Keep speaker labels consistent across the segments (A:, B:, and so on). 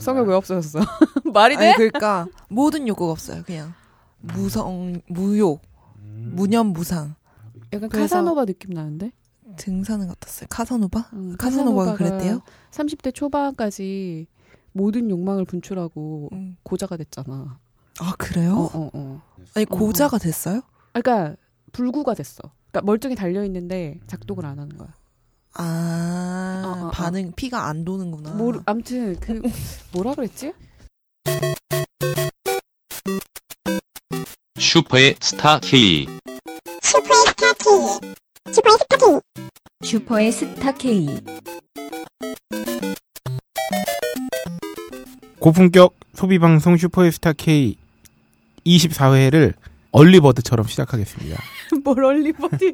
A: 성욕 왜 없어졌어? 말이 돼?
B: 아니 그러니까 모든 욕구가 없어요. 그냥
C: 음.
B: 무성 무욕 무념무상
A: 약간
B: 그래서-
A: 카사노바 느낌 나는데?
B: 등산은 같았어요. 카사노바?
A: 음,
B: 카사노바가 그랬대요?
A: 30대 초반까지 모든 욕망을 분출하고
B: 음.
A: 고자가 됐잖아.
B: 아 그래요?
A: 어, 어, 어.
B: 아니
A: 어.
B: 고자가 됐어요?
A: 아, 그러니까 불구가 됐어. 그러니까 멀쩡히 달려 있는데 작동을 안 하는 거야.
B: 아
A: 어, 어, 어.
B: 반응 피가 안 도는구나.
A: 모르, 아무튼 그 뭐라 그랬지?
D: 슈퍼의 스타 K.
E: 슈퍼의 스타 K.
C: 고품격 소비 방송 슈퍼스타 K 24회를 얼리버드처럼 시작하겠습니다.
A: 뭘 얼리버디야?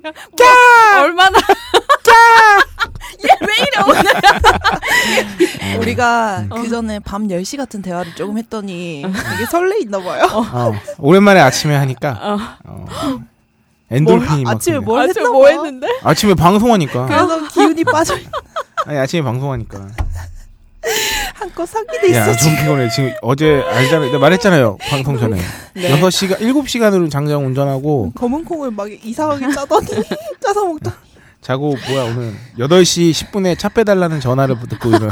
A: 얼마나? 얘 왜 이래 오늘?
C: 음.
B: 우리가 그 전에 밤 10시 같은 대화를 조금
C: 음.
B: 했더니 되게 설레있나 봐요.
C: 어, 오랜만에 아침에 하니까 어, 엔돌핀이 막
B: 아침에
C: 근데.
B: 뭘
A: 아침에
B: 했나
A: 뭐
B: 봐요.
A: 했는데?
C: 아침에 방송하니까
B: 그래서 기운이 빠져
C: 아니 아침에 방송하니까
B: 한껏 상기돼 있어
C: 야좀
B: 지금.
C: 피곤해 지금 어제 알잖아 내가 말했잖아요 방송 전에
B: 네.
C: 여섯 시간 일곱 시간으로 장장 운전하고
B: 검은 콩을 막 이상하게 짜더니 짜서 먹다.
C: 자고 뭐야 오늘 8시 10분에 차 빼달라는 전화를 듣고 일어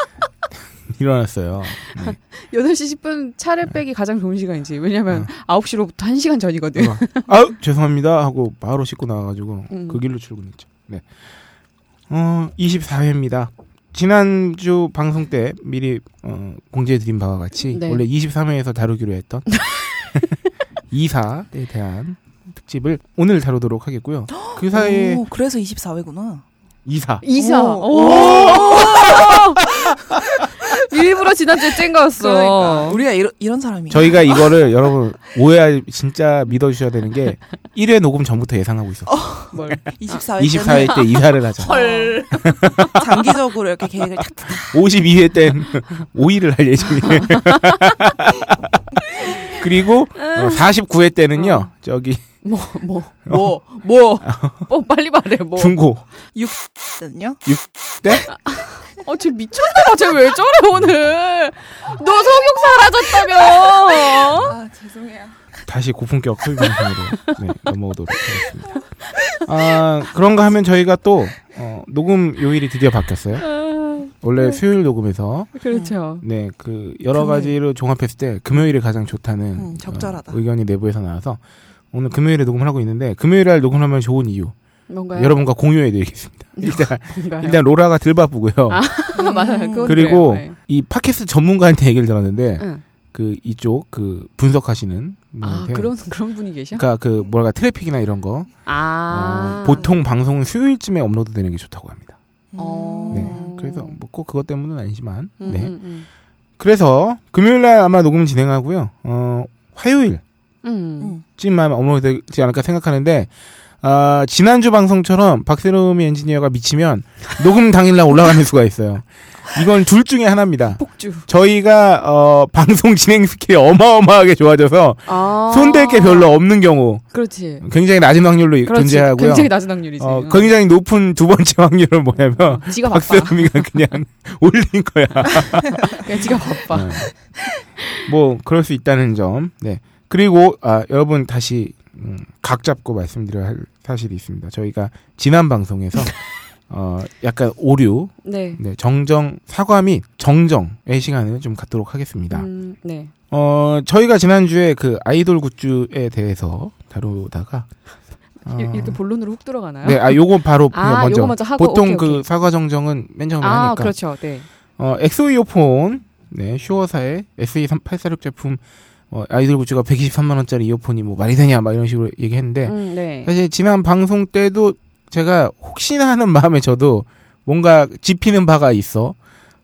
C: 일어났어요. 네.
A: 8시 10분 차를 빼기 가장 좋은 시간이지. 왜냐면 9시로부터 1시간 전이거든.
C: 어. 아유 죄송합니다 하고 바로 씻고 나와가지고
A: 네. 음.
C: 그 길로 출근했죠. 네. 어 24회입니다. 지난주 방송 때 미리 어, 공지해드린 바와 같이
A: 네.
C: 원래 23회에서 다루기로 했던 이사에 대한 특집을 오늘 다루도록 하겠고요. 그 사이에
B: 오, 그래서 24회구나.
C: 이사
A: 이사.
B: 오.
A: 오. 일부러 지난주에 짠 거였어. 그러니까.
B: 우리가 이런 이런 사람이.
C: 저희가 이거를 여러분 오해할 진짜 믿어주셔야 되는 게 1회 녹음 전부터 예상하고 있었어요.
B: 24회
C: 24회 때 이사를 하자.
B: 헐. 장기적으로 이렇게 계획을 탁
C: 52회 땐 5일을 할 예정이에요. 그리고
B: 음.
C: 49회 때는요,
B: 어.
C: 저기
A: 뭐, 뭐, 뭐, 뭐. 어, 빨리 말해, 뭐.
C: 중고
B: 했거든요.
C: 6대
B: 아.
A: 어, 쟤 미쳤다. 쟤 왜 저래, 오늘. 너 성욕 사라졌다며.
B: 아 죄송해요.
C: 다시 고품격 소비 방송으로 네, 넘어오도록 하겠습니다. 아 그런가 하면 저희가 또 어, 녹음 요일이 드디어 바뀌었어요.
A: 아,
C: 원래
B: 네.
C: 수요일 녹음에서
A: 그렇죠.
C: 네 그 여러 가지로 종합했을 때 금요일이 가장 좋다는
B: 음, 적절하다.
C: 어, 의견이 내부에서 나와서 오늘 금요일에 녹음을 하고 있는데 금요일에 할 녹음하면 좋은 이유
A: 뭔가요?
C: 여러분과 공유해드리겠습니다. 일단
A: 뭔가요?
C: 일단 로라가 들 바쁘고요.
A: 아, 맞아요. 네. 그건
C: 그리고 음,
A: 그래요.
C: 이 팟캐스트 전문가한테 얘기를 들었는데
A: 네. 응.
C: 그 이쪽 그 분석하시는
A: 아,
C: 분한테
A: 그런, 그런 분이 계셔?
C: 그러니까 그 뭐랄까 트래픽이나 이런 거
A: 아.
C: 어, 보통 방송은 수요일쯤에 업로드되는 게 좋다고 합니다.
A: 어.
C: 네. 그래서 뭐 꼭 그것 때문은 아니지만
A: 음,
C: 네.
A: 음,
C: 그래서 금요일 날 아마 녹음 진행하고요. 어 화요일쯤
A: 음. 음.
C: 아마 업로드되지 않을까 생각하는데 아 지난주 방송처럼 박세롬이 엔지니어가 미치면 녹음 당일 날 올라가는 수가 있어요. 이건 둘 중에 하나입니다.
A: 폭주.
C: 저희가 어, 방송 진행 스킬이 어마어마하게 좋아져서
A: 아.
C: 손댈 게 별로 없는 경우
A: 그렇지.
C: 굉장히 낮은 확률로 이-
A: 그렇지.
C: 존재하고요.
A: 굉장히 낮은 확률이지.
C: 어, 굉장히 높은 두 번째 확률은 뭐냐면
A: 어, 지가 바빠.
C: 박세롬이가 그냥 올린 거야.
A: 그냥 지가 바빠.
C: 네. 뭐 그럴 수 있다는 점. 네. 그리고 아, 여러분 다시 음, 각 잡고 말씀드려야 할 사실이 있습니다. 저희가 지난 방송에서 어, 약간 오류,
A: 네.
C: 네, 정정 사과 및 정정의 시간을 좀 갖도록 하겠습니다.
A: 음, 네.
C: 어, 저희가 지난주에 그 아이돌 굿즈에 대해서 다루다가 어,
A: 이- 이렇게 본론으로 훅 들어가나요?
C: 네, 아 요거 바로
A: 아,
C: 먼저.
A: 요거 먼저 하고,
C: 보통
A: 오케이,
C: 그
A: 오케이.
C: 사과 정정은 맨 처음에
A: 아,
C: 하니까.
A: 그렇죠. 네.
C: 어, 엑소 이어폰. 네, 슈어사의 SE846 제품 어, 아이돌 굿즈가 123만 원짜리 이어폰이 뭐 말이 되냐 막 이런 식으로 얘기했는데
A: 음, 네.
C: 사실 지난 방송 때도 제가 혹시나 하는 마음에 저도 뭔가 짚히는 바가 있어.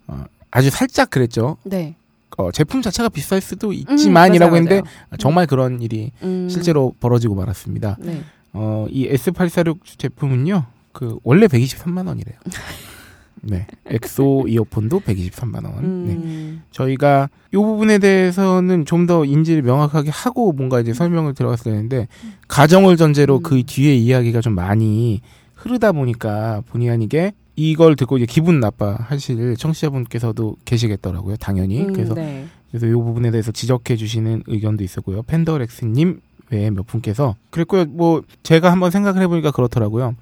C: 어, 아주 살짝 그랬죠.
A: 네.
C: 어, 제품 자체가 비쌀 수도
A: 음,
C: 있지만이라고
A: 맞아요,
C: 했는데
A: 맞아요.
C: 정말 그런 일이
A: 음,
C: 실제로 벌어지고 말았습니다.
A: 네.
C: 어, 이 S846 제품은요, 그 원래 123만 원이래요. 네, 엑소 이어폰도 123만 원. 네.
A: 음,
C: 저희가 이 부분에 대해서는 좀 더 인지를 명확하게 하고 뭔가 이제 설명을 들어갔어야 되는데 가정을 전제로
A: 음.
C: 그 뒤에 이야기가 좀 많이 흐르다 보니까 본의 아니게 이걸 듣고 이제 기분 나빠 하실 청취자분께서도 계시겠더라고요. 당연히.
A: 음,
C: 예, 그래서
A: 네.
C: 그래서 이 부분에 대해서 지적해 주시는 의견도 있었고요. 팬더렉스님 외에 몇 분께서 그랬고요. 뭐 제가 한번 생각을 해보니까 그렇더라고요.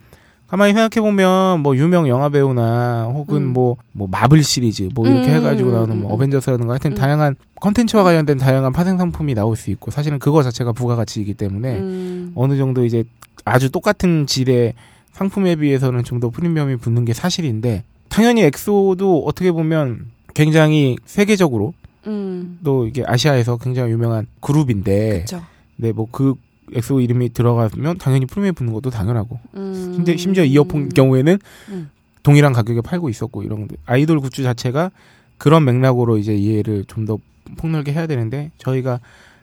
C: 가만히 생각해 보면 뭐 유명 영화 배우나 혹은
A: 음.
C: 뭐 뭐 마블 시리즈 뭐 이렇게
A: 음,
C: 해가지고
A: 음,
C: 나오는 뭐
A: 음.
C: 어벤져스라든가 하여튼
A: 음.
C: 다양한 컨텐츠와 관련된 다양한 파생 상품이 나올 수 있고 사실은 그거 자체가 부가가치이기 때문에
A: 음.
C: 네. 어느 정도 이제 아주 똑같은 질의 상품에 비해서는 좀 더 프리미엄이 붙는 게 사실인데 당연히 엑소도 어떻게 보면 굉장히 세계적으로
A: 음.
C: 또 이게 아시아에서 굉장히 유명한 그룹인데
B: 그렇죠.
C: 네 뭐 그 엑소 이름이 들어가면 당연히 프리미엄 붙는 것도 당연하고
A: 음.
C: 심지어, 심지어 이어폰 경우에는
A: 음.
C: 동일한 가격에 팔고 있었고 이런 것들. 아이돌 굿즈 자체가 그런 맥락으로 이제 이해를 좀 더 폭넓게 해야 되는데 저희가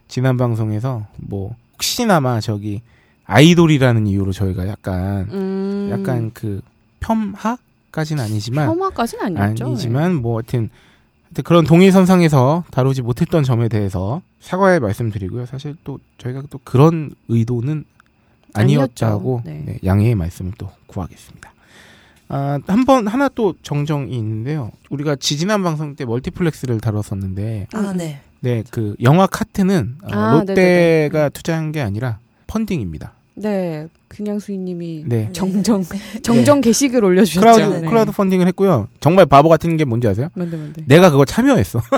C: 지난 방송에서 뭐 혹시나마 저기 아이돌이라는 이유로 저희가 약간
A: 음.
C: 약간 그 폄하까지는 아니지만
A: 폄하까지는 아니었죠. 예.
C: 아니지만 뭐 하여튼 하여튼 그런 동일선상에서 다루지 못했던 점에 대해서 사과의 말씀드리고요. 사실 또 저희가 또 그런 의도는 아니었다고
A: 아니었죠. 네.
C: 네, 양해의 말씀을 또 구하겠습니다. 아, 한 번 하나 또 정정이 있는데요. 우리가 지지난 방송 때 멀티플렉스를 다뤘었는데
B: 아, 네.
C: 네, 그 영화 카트는 어,
A: 아,
C: 롯데가 투자한 게 아니라 펀딩입니다.
A: 네. 그냥 수인님이
C: 네.
A: 정정 정정 게시글 올려주셨죠.
C: 크라우드
A: 네.
C: 크라우드 네. 펀딩을 했고요. 정말 바보 같은 게 뭔지 아세요?
A: 뭔데 뭔데.
C: 내가 그걸 참여했어.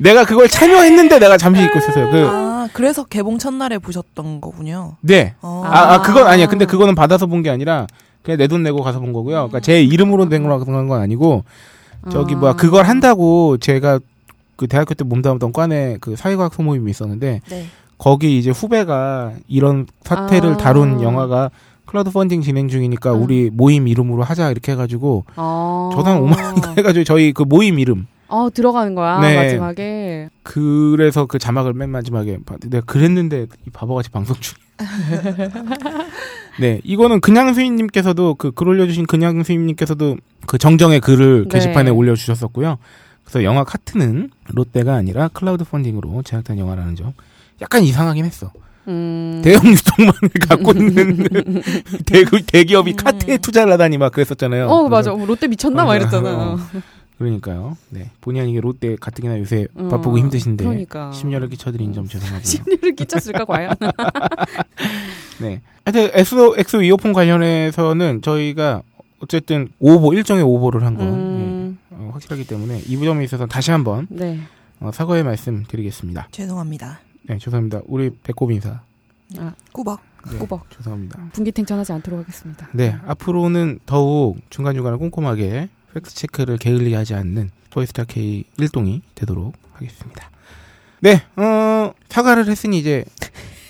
C: 내가 그걸 참여했는데 내가 잠시 잊고 있었어요. 그
B: 아, 그래서 개봉 첫날에 보셨던 거군요.
C: 네.
B: 어.
C: 아, 아, 그건 아니야. 근데 그거는 받아서 본 게 아니라 그냥 내 돈 내고 가서 본 거고요. 그러니까 제 이름으로 된 거라고 생각한 건 아니고 저기
A: 아.
C: 뭐야 그걸 한다고 제가 그 대학교 때 몸담았던 과내 그 사회과학 소모임이 있었는데
B: 네.
C: 거기 이제 후배가 이런 사태를
A: 아.
C: 다룬 영화가 클라우드 펀딩 진행 중이니까
A: 음.
C: 우리 모임 이름으로 하자 이렇게 해가지고
A: 아.
C: 저당 5만 원 해가지고 저희 그 모임 이름
A: 어 들어가는 거야
C: 네.
A: 마지막에.
C: 그래서 그 자막을 맨 마지막에 봐- 내가 그랬는데 이 바보같이 방송 중에 네 이거는 그냥 수인님께서도 그 글 올려주신 그냥 수인님께서도 그 정정의 글을
A: 네.
C: 게시판에 올려주셨었고요 그래서 영화 카트는 롯데가 아니라 클라우드 펀딩으로 제작된 영화라는 점 약간 이상하긴 했어
A: 음.
C: 대형 유통망을 갖고 있는 대구, 대기업이
B: 음.
C: 카트에 투자를 하다니 막 그랬었잖아요
A: 어 맞아.
C: 그래서
A: 어, 롯데 미쳤나 막 이랬잖아.
C: 어, 그러니까요 네 본의 아니게 롯데 가뜩이나 요새
A: 어,
C: 바쁘고 힘드신데
A: 그러니까.
C: 심려를 끼쳐드린 점 죄송하고요.
A: 심려를 끼쳤을까 과연.
C: 네. 하여튼 엑소 엑소 이어폰 관련해서는 저희가 어쨌든 오보 일종의 오보를 한 건 네. 어,
A: 음.
C: 확실하기 때문에 이 부점에 있어서 다시 한번
A: 네.
C: 어, 사과의 말씀 드리겠습니다.
B: 죄송합니다.
C: 네, 죄송합니다. 우리 배꼽 인사.
B: 꾸벅.
C: 네,
A: 꼬박.
C: 죄송합니다.
A: 분기탱천하지 않도록 하겠습니다.
C: 네, 앞으로는 더욱 중간중간에 꼼꼼하게 팩트 체크를 게을리게 하지 않는 토이스타 K 일동이 되도록 하겠습니다. 네, 어, 사과를 했으니 이제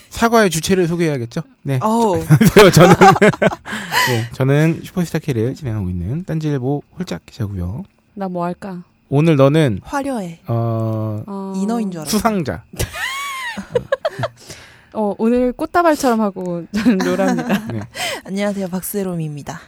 C: 사과의 주체를 소개해야겠죠? 네,
B: 어우.
C: 안녕하세요. 저는 네, 저는 슈퍼스타 K를 진행하고 있는 딴지일보 홀짝 기자고요.
A: 나 뭐 할까?
C: 오늘 너는
B: 화려해.
C: 어,
A: 어...
B: 인어인 줄 알았어.
C: 수상자.
A: 어 오늘 꽃다발처럼 하고 저는 노랍니다.
B: 안녕하세요. 박세롬입니다.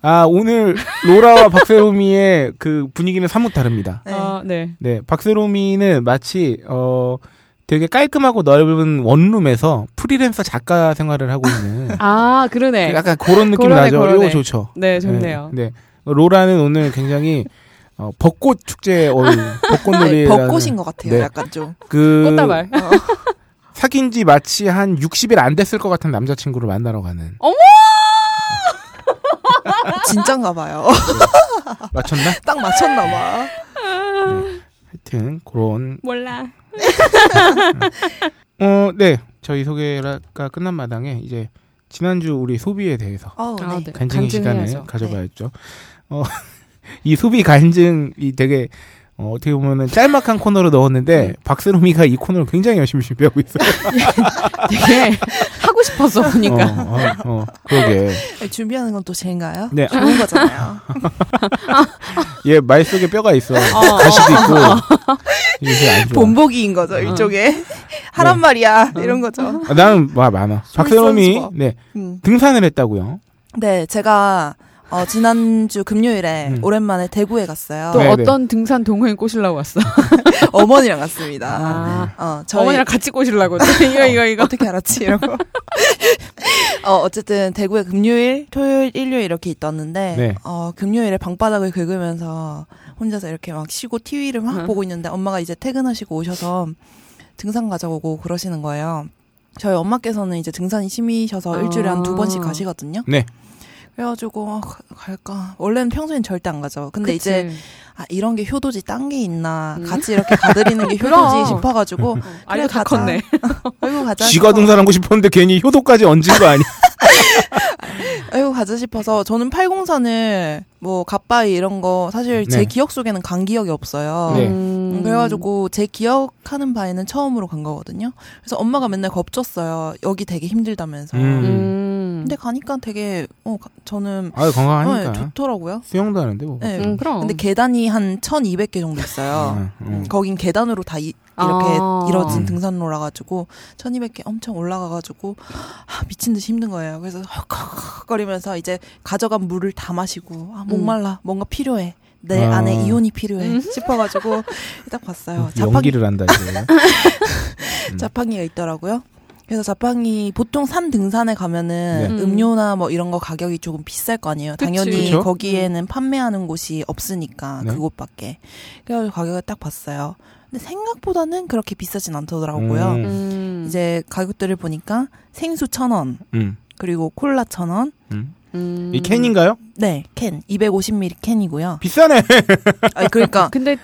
C: 아 오늘 로라와 박세롬이의 그 분위기는 사뭇 다릅니다.
B: 네.
A: 어, 네.
C: 네, 박세롬이는 마치 어 되게 깔끔하고 넓은 원룸에서 프리랜서 작가 생활을 하고 있는
A: 아 그러네.
C: 약간 그런 느낌
A: 그러네,
C: 나죠.
A: 그러네.
C: 이거 좋죠.
A: 네 좋네요.
C: 네, 네. 로라는 오늘 굉장히 어, 벚꽃 축제에 어울린
B: 네,
C: 벚꽃놀이
B: 벚꽃인 것 같아요.
C: 네.
B: 약간 좀.
C: 그
A: 꽃다발.
C: 사귄 지 마치 한 60일 안 됐을 것 같은 남자친구를 만나러 가는
B: 진짠가 봐요. 어,
A: 아.
C: 맞췄나?
B: 딱 맞췄나 봐.
C: 하여튼 그런
A: 몰라.
C: 어 네 저희 소개가 끝난 마당에 이제 지난주 우리 소비에 대해서
B: 어, 네.
A: 아, 네.
C: 간증의 시간을
A: 간증해야죠.
C: 가져봐야죠. 어, 어이 소비 간증이 되게 어, 어떻게 보면은 짤막한 코너로 넣었는데
B: 음.
C: 박스로미가 이 코너를 굉장히 열심히 준비하고 있어요.
A: 되게 하고 싶었어 보니까.
B: 그러니까.
C: 어, 어, 어, 그러게.
B: 아니, 네, 준비하는 건 또 제인가요?
C: 네.
B: 좋은 거잖아요.
C: 얘 말 속에 뼈가 있어.
A: 어.
C: 가시도 있고. 이게 안 좋아.
B: 어. 본보기인
C: 어.
B: 거죠. 일종의.
C: 네.
B: 하란 말이야. 이런 거죠.
C: 아, 나는 와 많아. 박세롬이
B: 솔선수범.
C: 네
B: 음.
C: 등산을 했다고요.
B: 네, 제가 어, 지난주 금요일에
C: 음.
B: 오랜만에 대구에 갔어요.
A: 또
C: 네,
A: 어떤 등산 동호인 꼬시려고 왔어?
B: 어머니랑 갔습니다.
C: 네.
A: 아,
B: 어, 저희
A: 어머니랑 같이 꼬시려고. 네, 이거, 이거, 이거.
B: 어떻게 알았지? 이러고. 어, 어쨌든 대구에 금요일, 토요일, 일요일 이렇게 있었는데
C: 네.
B: 어, 금요일에 방바닥을 긁으면서 혼자서 이렇게 막 쉬고 TV를 막
A: 응.
B: 보고 있는데 엄마가 이제 퇴근하시고 오셔서 등산 가자고 그러시는 거예요. 저희 엄마께서는 이제 등산이 심이셔서
A: 아.
B: 일주일에 한 두 번씩 가시거든요.
C: 네.
B: 그래가지고 아, 가- 갈까? 원래는 평소엔 절대 안 가죠. 근데
A: 그치.
B: 이제 아 이런 게 효도지 딴 게 있나
A: 음.
B: 같이 이렇게 가드리는 게
A: 그럼.
B: 효도지 싶어가지고
A: 어, 아, 이거 다
B: 가자.
A: 컸네.
B: 아이고 가자.
C: 지가
B: 싶어.
C: 등산하고 싶었는데 괜히 효도까지 얹은 거 아니야?
B: 아이고 가자 싶어서 저는 803을 뭐 갓바이 이런 거 사실 제
C: 네.
B: 기억 속에는 간 기억이 없어요.
C: 네.
A: 음.
B: 음, 그래가지고 제 기억하는 바에는 처음으로 간 거거든요. 그래서 엄마가 맨날 겁줬어요. 여기 되게 힘들다면서.
C: 음.
A: 음.
B: 근데 가니까 되게 어 가- 저는
C: 아유 건강하니까.
B: 어, 좋더라고요.
C: 수영도 하는데 뭐.
B: 네.
A: 음, 그럼.
B: 근데 계단이 한 1,200개 정도 있어요.
C: 음, 음.
B: 음, 거긴 계단으로 다 이, 이렇게
A: 아.
B: 이뤄진
C: 음.
B: 등산로라 가지고 1200개 엄청 올라가 가지고 아, 미친 듯이 힘든 거예요. 그래서 헉헉거리면서 이제 가져간 물을 다 마시고 아, 목말라. 뭔가 필요해. 내
C: 아.
B: 안에 이온이 필요해 싶어 가지고 딱 봤어요. 자판기
C: 음, 연기를 한다 이제. 음.
B: 자판기가 있더라고요. 그래서 자판기 보통 산 등산에 가면은
A: 네.
B: 음료나 뭐 이런 거 가격이 조금 비쌀 거 아니에요.
A: 그치.
B: 당연히
C: 그쵸?
B: 거기에는 판매하는 곳이 없으니까
C: 네.
B: 그곳밖에. 그래서 가격을 딱 봤어요. 근데 생각보다는 그렇게 비싸진 않더라고요.
C: 음.
A: 음.
B: 이제 가격들을 보니까 생수 1,000원,
C: 음.
B: 그리고 콜라 1,000원.
C: 음.
A: 음.
C: 이 캔인가요?
B: 네, 캔. 250ml 캔이고요.
C: 비싸네.
B: 아니, 그러니까
A: 근데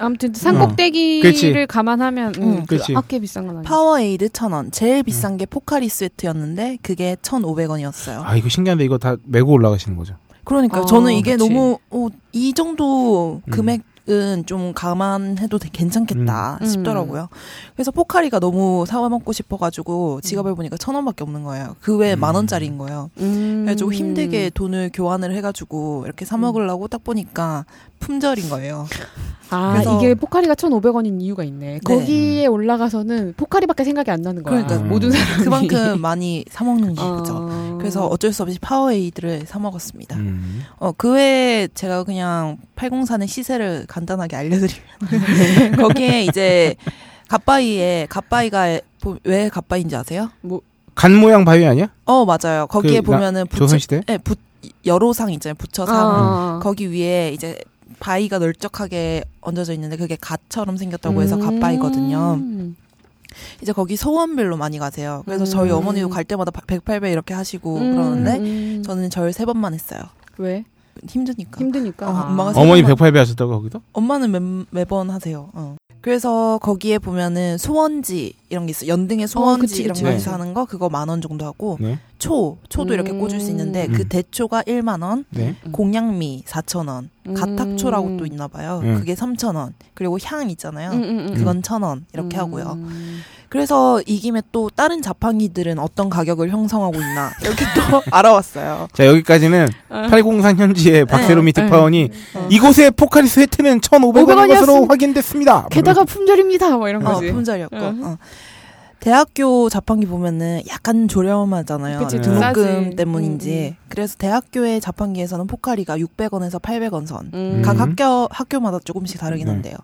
A: 아무튼 산
C: 음.
A: 꼭대기를
C: 그치.
A: 감안하면
B: 음,
A: 음, 그
C: 그치.
A: 아꽤 비싼 건 아니야.
B: 파워에이드 1,000원.
C: 음.
B: 제일 비싼 게 포카리 스웨트였는데 그게 1,500원이었어요.
C: 아 이거 신기한데 이거 다 메고 올라가시는 거죠.
B: 그러니까
A: 아,
B: 저는 이게
A: 그치.
B: 너무 어, 이 정도
C: 음.
B: 금액은 좀 감안해도 되- 괜찮겠다
A: 음.
B: 싶더라고요. 그래서 포카리가 너무 사와 먹고 싶어가지고 지갑을 보니까 천 원밖에 없는 거예요. 그 외에
C: 음.
B: 만 원짜리인 거예요.
A: 음.
B: 그래가지고 힘들게 돈을 교환을 해가지고 이렇게 사 먹으려고 딱 보니까 품절인 거예요.
A: 아
B: 그래서-
A: 이게 포카리가 1,500원인 이유가 있네. 거기에 올라가서는 포카리밖에 생각이 안 나는 거야.
C: 음.
B: 그러니까
A: 모든 사람이
B: 그만큼 많이 사 먹는
A: 어.
B: 거죠. 그래서 어쩔 수 없이 파워에이드를 사 먹었습니다.
C: 음.
B: 어, 그 외에 제가 그냥 804의 시세를 간단하게 알려드리면 거기에 이제 갓바이에 갓바이가 보- 왜 갓바이인지 아세요?
C: 간 모양 바위 아니야?
B: 어 맞아요. 거기에
C: 그 나-
B: 보면은 부처,
C: 조선시대?
B: 예, 부, 여로상 있잖아요. 부처상
A: 아.
B: 거기 위에 이제 바위가 널쩍하게 얹어져 있는데 그게 갓처럼 생겼다고 해서
A: 음.
B: 갓바이거든요. 이제 거기 소원별로 많이 가세요. 그래서 저희
A: 음.
B: 어머니도 갈 때마다 108배 이렇게 하시고
A: 음.
B: 뭐 그러는데
A: 음.
B: 저는 절 세 번만 했어요.
A: 왜
B: 힘드니까.
A: 힘드니까.
B: 어,
A: 아.
B: 엄마가 세-
C: 어머니
B: 생각만-
C: 108배 하셨다고 거기도?
B: 엄마는 매, 매번 하세요. 어. 그래서 거기에 보면은 소원지 이런 게 있어. 요 연등의 소원지
A: 그치,
B: 이런
A: 그치, 네. 음.
B: 거
C: 그치.
B: 해서 하는 거 그거 만 원 정도 하고
C: 네.
B: 초 초도 이렇게 꽂을 수 있는데 그
C: 음.
B: 대초가 1만 원,
C: 네.
A: 음.
B: 공양미 4천 원,
A: 음.
B: 가탁초라고 또 있나 봐요.
C: 음.
B: 그게 3천 원. 그리고 향 있잖아요.
A: 음, 음, 음.
B: 그건 천 원 이렇게 하고요.
A: 음.
B: 그래서 이 김에 또 다른 자판기들은 어떤 가격을 형성하고 있나 이렇게 또 알아봤어요.
C: 자 여기까지는
A: 어.
C: 803 현지의 박세롬이
A: 네.
C: 특파원이
A: 어.
C: 이곳의 포카리 스웨트는 1,500원인 것으로
A: 이었습니다.
C: 확인됐습니다.
A: 게다가 품절입니다. 뭐 이런
B: 어,
A: 거지.
B: 품절이었고.
A: 응.
B: 어. 대학교 자판기 보면은 약간 저렴하잖아요.
A: 그치,
C: 좀
B: 등록금 음,
A: 싸지. 음,
B: 때문인지. 그래서 대학교의 자판기에서는 포카리가 600원에서 800원 선.
A: 음.
B: 각 학교, 학교마다 조금씩 다르긴
C: 네.
B: 한데요.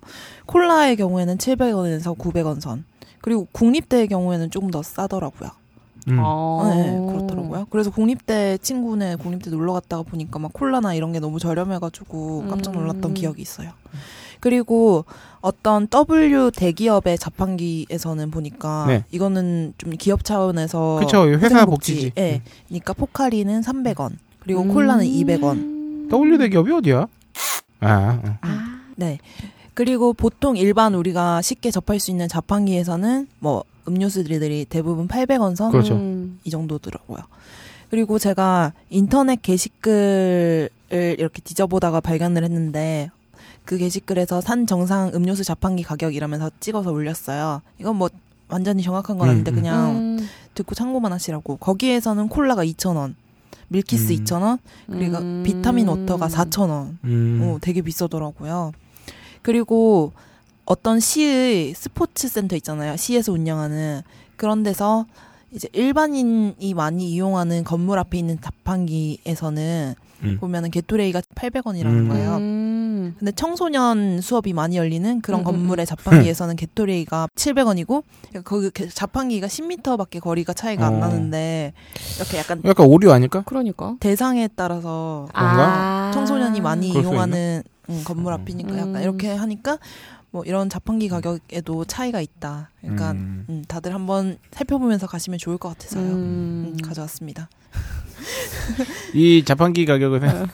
B: 콜라의 경우에는 700원에서 900원 선. 그리고 국립대의 경우에는 조금 더 싸더라고요.
C: 음.
A: 어.
B: 네, 그렇더라고요. 그래서 국립대 친구네 국립대 놀러 갔다가 보니까 막 콜라나 이런 게 너무 저렴해가지고 깜짝 놀랐던
A: 음.
B: 기억이 있어요. 그리고 어떤 W 대기업의 자판기에서는 보니까
C: 네.
B: 이거는 좀 기업 차원에서
C: 그쵸, 회사
B: 회생복지,
C: 복지지. 음.
B: 예. 그러니까 포카리는 300원,
A: 음.
B: 그리고 콜라는 200원.
C: W 대기업이 어디야? 아, 어.
A: 아.
B: 네. 그리고 보통 일반 우리가 쉽게 접할 수 있는 자판기에서는 뭐 음료수들이 대부분 800원 선
C: 그렇죠.
A: 음.
B: 이 정도더라고요. 그리고 제가 인터넷 게시글을 이렇게 뒤져보다가 발견을 했는데 그 게시글에서 산 정상 음료수 자판기 가격 이러면서 찍어서 올렸어요. 이건 뭐 완전히 정확한 건
C: 음,
B: 아닌데
C: 음.
B: 그냥
A: 음.
B: 듣고 참고만 하시라고. 거기에서는 콜라가 2,000원, 밀키스
C: 음.
B: 2,000원, 그리고
A: 음.
B: 비타민 워터가 4,000원.
C: 음.
B: 어, 되게 비싸더라고요. 그리고 어떤 시의 스포츠 센터 있잖아요. 시에서 운영하는 그런 데서 이제 일반인이 많이 이용하는 건물 앞에 있는 자판기에서는
C: 음.
B: 보면은 개투레이가 800원이라는
C: 음.
B: 거예요.
A: 음.
B: 근데 청소년 수업이 많이 열리는 그런
A: 음, 음,
B: 건물의 자판기에서는 개토레이가 700원이고 거기 개- 자판기가 10m밖에 거리가 차이가
C: 어.
B: 안 나는데 이렇게 약간
C: 약간 오류 아닐까?
A: 그러니까.
B: 대상에 따라서
E: 아,
C: 그런가?
B: 청소년이 많이
C: 그럴 수
B: 이용하는 음, 건물
C: 음.
B: 앞이니까
A: 아. 음.
B: 약간 이렇게 하니까 뭐 이런 자판기 가격에도 차이가 있다. 그러니까 음.
C: 음.
B: 다들 한번 살펴보면서 가시면 좋을 것 같아서요.
A: 음.
B: 음, 가져왔습니다.
C: 이 자판기 가격을 생각
A: 어.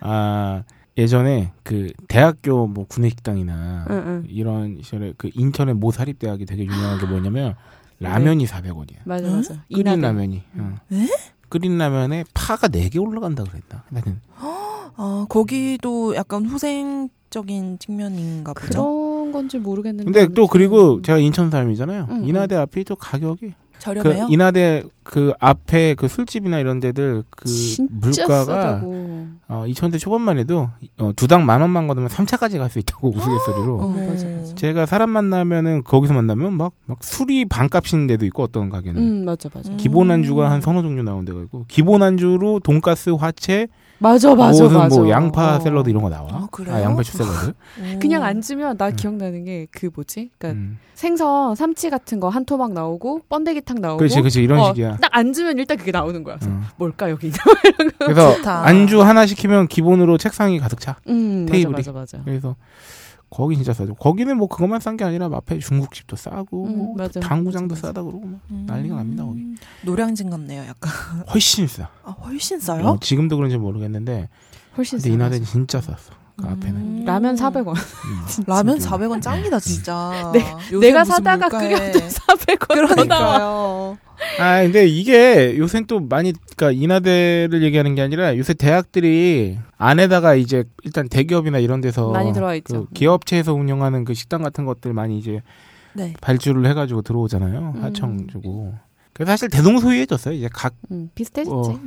C: 아 예전에 그 대학교 뭐 군의식당이나
A: 응, 응.
C: 이런 시절에 그 인천의 모 사립대학이 되게 유명한 게 뭐냐면 라면이 400원이야.
A: 맞아
B: 응?
A: 맞아.
C: 끓인
A: 네. 이나들.
C: 라면이. 어.
B: 에?
C: 끓인 라면에 파가 4개 올라간다 그랬다. 나는
A: 음.
B: 아 거기도 약간 후생적인 측면인가 보죠.
A: 그런 건지 모르겠는데.
C: 근데 또 그리고 제가 인천 사람이잖아요.
A: 응,
C: 인하대 앞이 또 가격이 그
B: 저렴해요.
C: 인하대 그 앞에 그 술집이나 이런 데들 그
A: 진짜
C: 물가가
A: 싸다고.
C: 어, 2000대 초반만 해도 어, 두당 만 원만 걷으면 3차까지 갈 수 있다고 우스갯소리로
A: 어, 맞아,
B: 음.
A: 맞아.
C: 제가 사람 만나면은 거기서 만나면 막, 막 술이 반값인 데도 있고 어떤 가게는
A: 음 맞아 맞아.
B: 음.
C: 기본 안주가 한 서너 종류 나온 데가 있고 기본 안주로 돈가스 화채
A: 어, 맞아 맞아
C: 무슨
A: 맞아.
C: 뭐 양파
A: 어. 음.
C: 샐러드 이런 거 나와
B: 아, 그래요?
C: 아, 양배추 샐러드
B: 오.
A: 그냥 앉으면 나
C: 음.
A: 기억나는 게 그 뭐지? 그러니까
C: 음.
A: 생선 삼치 같은 거 한 토막 나오고 번데기탕 나오고
C: 그렇지 그렇지 이런
A: 어,
C: 식이야
A: 딱 앉으면 일단 그게 나오는 거야.
C: 어.
A: 뭘까 여기?
C: 그래서
B: 좋다.
C: 안주 하나 시키면 기본으로 책상이 가득 차
A: 음
C: 테이블이.
A: 맞아 맞아 맞아.
C: 그래서 거기 진짜 싸죠 거기는 뭐 그것만 싼 게 아니라 앞에 중국집도 싸고
A: 음,
C: 뭐
A: 맞아.
C: 당구장도
A: 맞아, 맞아.
C: 싸다 그러고 막
B: 음.
C: 난리가 납니다, 거기.
B: 노량진 같네요, 약간.
C: 훨씬 싸
B: 아, 훨씬
C: 어,
B: 싸요?
C: 지금도 그런지 모르겠는데
A: 훨씬
C: 근데
A: 싸.
C: 이나대는 진짜 쌌어 그 앞에는
B: 음.
A: 라면 400원.
C: 음.
B: 라면
C: 진짜.
B: 400원 짱이다, 진짜.
A: 내-
B: 요새
A: 내가
B: 무슨
A: 사다가
B: 물가에. 그러니까.
A: 끓여도 400원 더 나와.
B: 그러니까요.
C: 아 근데 이게 요새 또 많이 그러니까 인하대를 얘기하는 게 아니라 요새 대학들이 안에다가 이제 일단 대기업이나 이런 데서
A: 많이 들어와 있죠.
C: 그 기업체에서 운영하는 그 식당 같은 것들 많이 이제
B: 네.
C: 발주를 해가지고 들어오잖아요
A: 음.
C: 하청 주고 그래서 사실 대동소이해졌어요 이제 각
A: 음, 비슷해졌지.
C: 어,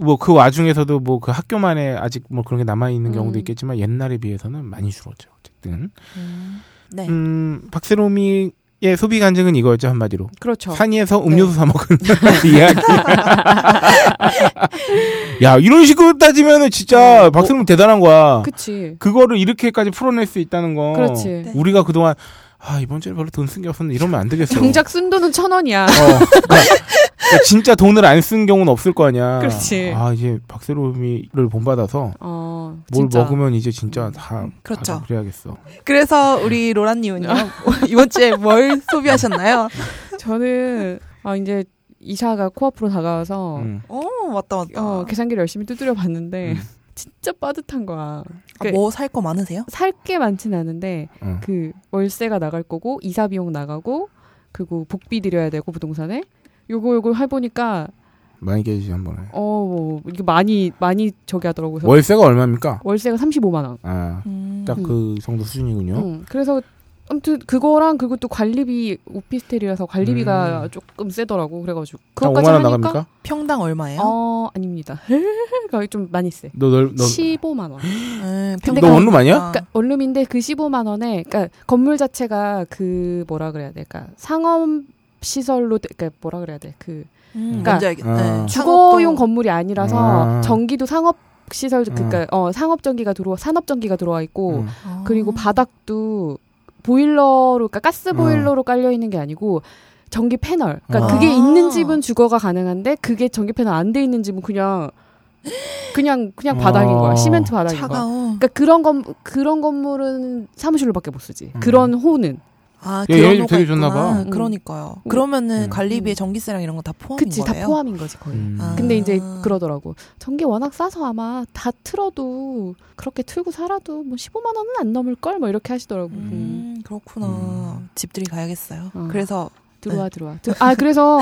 C: 뭐 그 와중에서도 뭐 그 학교만에 아직 뭐 그런 게 남아 있는 경우도
A: 음.
C: 있겠지만 옛날에 비해서는 많이 줄었죠 어쨌든
B: 음. 네.
C: 음 박세롬이의 소비 간증은 이거였죠 한마디로
A: 그렇죠.
C: 산이에서 음료수 사 먹은 이야기. 야 이런 식으로 따지면은 진짜
A: 어,
C: 박수름 대단한 거야.
A: 그치.
C: 그, 거를 이렇게까지 풀어낼 수 있다는 건
A: 그렇지.
B: 네.
C: 우리가 그동안 아 이번 주에 별로 돈 쓴 게 없었는데 이러면 안 되겠어.
A: 정작 쓴 돈은 천 원이야.
C: 어, 그러니까, 그러니까 진짜 돈을 안 쓴 경우는 없을 거 아니야.
A: 그렇지.
C: 아 이제 박세롬이를 본받아서
A: 어,
C: 뭘
A: 진짜. 음,
C: 먹으면 이제 진짜 다
B: 그렇죠.
C: 다 그래야겠어.
B: 그래서 우리 로란님은요, 이번 주에 뭘 소비하셨나요?
A: 저는 아 이제 이사가 코앞으로 다가와서
C: 음.
B: 오, 맞다, 맞다.
A: 어, 계산기를 열심히 두드려 봤는데
C: 음.
A: 진짜 빠듯한 거야.
B: 아, 뭐살 거 많으세요?
A: 살 게 많진 않은데
C: 어.
A: 그 월세가 나갈 거고 이사 비용 나가고 그리고 복비 드려야 되고 부동산에 요거 요거 해보니까
C: 많이 깨지 한 번에.
A: 어뭐 이게 많이 많이 저기 하더라고요. 그래서
C: 월세가 얼마입니까?
A: 월세가 35만 원.
C: 아.
B: 음.
C: 딱 그 정도 수준이군요.
A: 응. 음, 그래서 아무튼 그거랑 그리고 또 관리비 오피스텔이라서 관리비가
C: 음.
A: 조금 세더라고 그래가지고
C: 한
A: 그것까지
C: 5만 원
A: 하니까
C: 나갑니까?
B: 평당 얼마예요?
A: 어 아닙니다. 거의 좀 많이 세.
C: 너널너
A: 15만 원.
B: 음,
C: 근데
B: 평당
C: 너 원룸 아니야?
B: 얼마니까.
A: 그러니까 원룸인데 그 15만 원에 그러니까 건물 자체가 그 뭐라 그래야 돼? 그러니까 상업 시설로 돼- 그러니까 뭐라 그래야 돼? 그
B: 음,
A: 그러니까-
B: 뭔지 알겠- 네.
C: 아.
A: 주거용
B: 상업도-
A: 건물이 아니라서
C: 아.
A: 전기도 상업 시설 그러니까 어 상업 전기가 들어와 산업 전기가 들어와 있고
C: 음.
B: 아.
A: 그리고 바닥도 보일러로 그러니까
C: 어.
A: 가스 보일러로 깔려 있는 게 아니고 전기 패널. 그러니까
C: 아.
A: 그게 있는 집은 주거가 가능한데 그게 전기 패널 안 돼 있는 집은 그냥 그냥 그냥 바닥인
C: 아.
A: 거야. 시멘트 바닥인 거야.
B: 차가워.
A: 그러니까 그런 건 그런 건물은 사무실로밖에 못 쓰지.
C: 음.
A: 그런 호는
B: 아,
C: 예, 얘네들
B: 들어놓고
C: 되게 좋나
B: 있구나.
C: 봐.
A: 음.
B: 그러니까요.
A: 음.
B: 그러면은
C: 음.
B: 관리비에 전기세랑 이런 거 다 포함인
A: 그치
B: 거예요?
A: 다 포함인 거지 거의.
C: 음.
B: 아.
A: 근데 이제 그러더라고. 전기 워낙 싸서 아마 다 틀어도 그렇게 틀고 살아도 뭐 15만 원은 안 넘을 걸 뭐 이렇게 하시더라고. 음.
B: 음, 그렇구나.
C: 음.
B: 집들이 가야겠어요.
A: 어.
B: 그래서
C: 네.
A: 들어와 들어와. 들- 아 그래서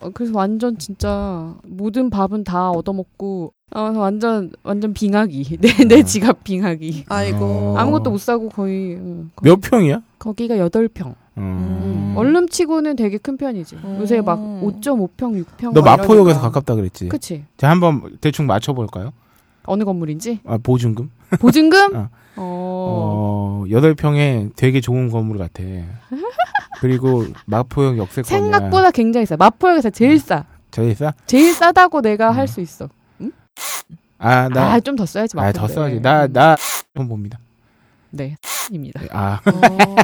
A: 어, 그래서 완전 진짜 모든 밥은 다 얻어먹고 어, 완전 완전 빙하기 내 내
C: 음.
A: 지갑 빙하기.
B: 아이고
C: 어.
A: 아무것도 못 사고 거의 응, 거-
C: 몇 평이야?
A: 거기가 여덟 평.
C: 음. 어.
B: 음.
A: 얼룸치고는 되게 큰 편이지.
B: 음.
A: 요새 막 5.5평, 6평.
C: 너
B: 마- 이러니까.
C: 마포역에서 가깝다 그랬지.
A: 음. 그치?
C: 제가 한번 대충 맞춰볼까요?
A: 어느 건물인지?
C: 아, 보증금?
A: 보증금?
C: 어.
A: 어.
C: 어, 여덟 평에 되게 좋은 건물 같아. 그리고 마포역 역세권이야.
A: 생각보다
C: 어.
A: 굉장히 싸. 마포역에서 제일 싸.
C: 제일 싸?
A: 제일 싸다고 내가
C: 음.
A: 할 수 있어.
C: 아, 어. 나.
A: 아 음. 좀 더 써야지
C: 아, 더
A: 맞던데.
C: 써야지. 나, 나, 한번 봅니다.
A: 네, 입니다.
C: 네, 아,
B: 어.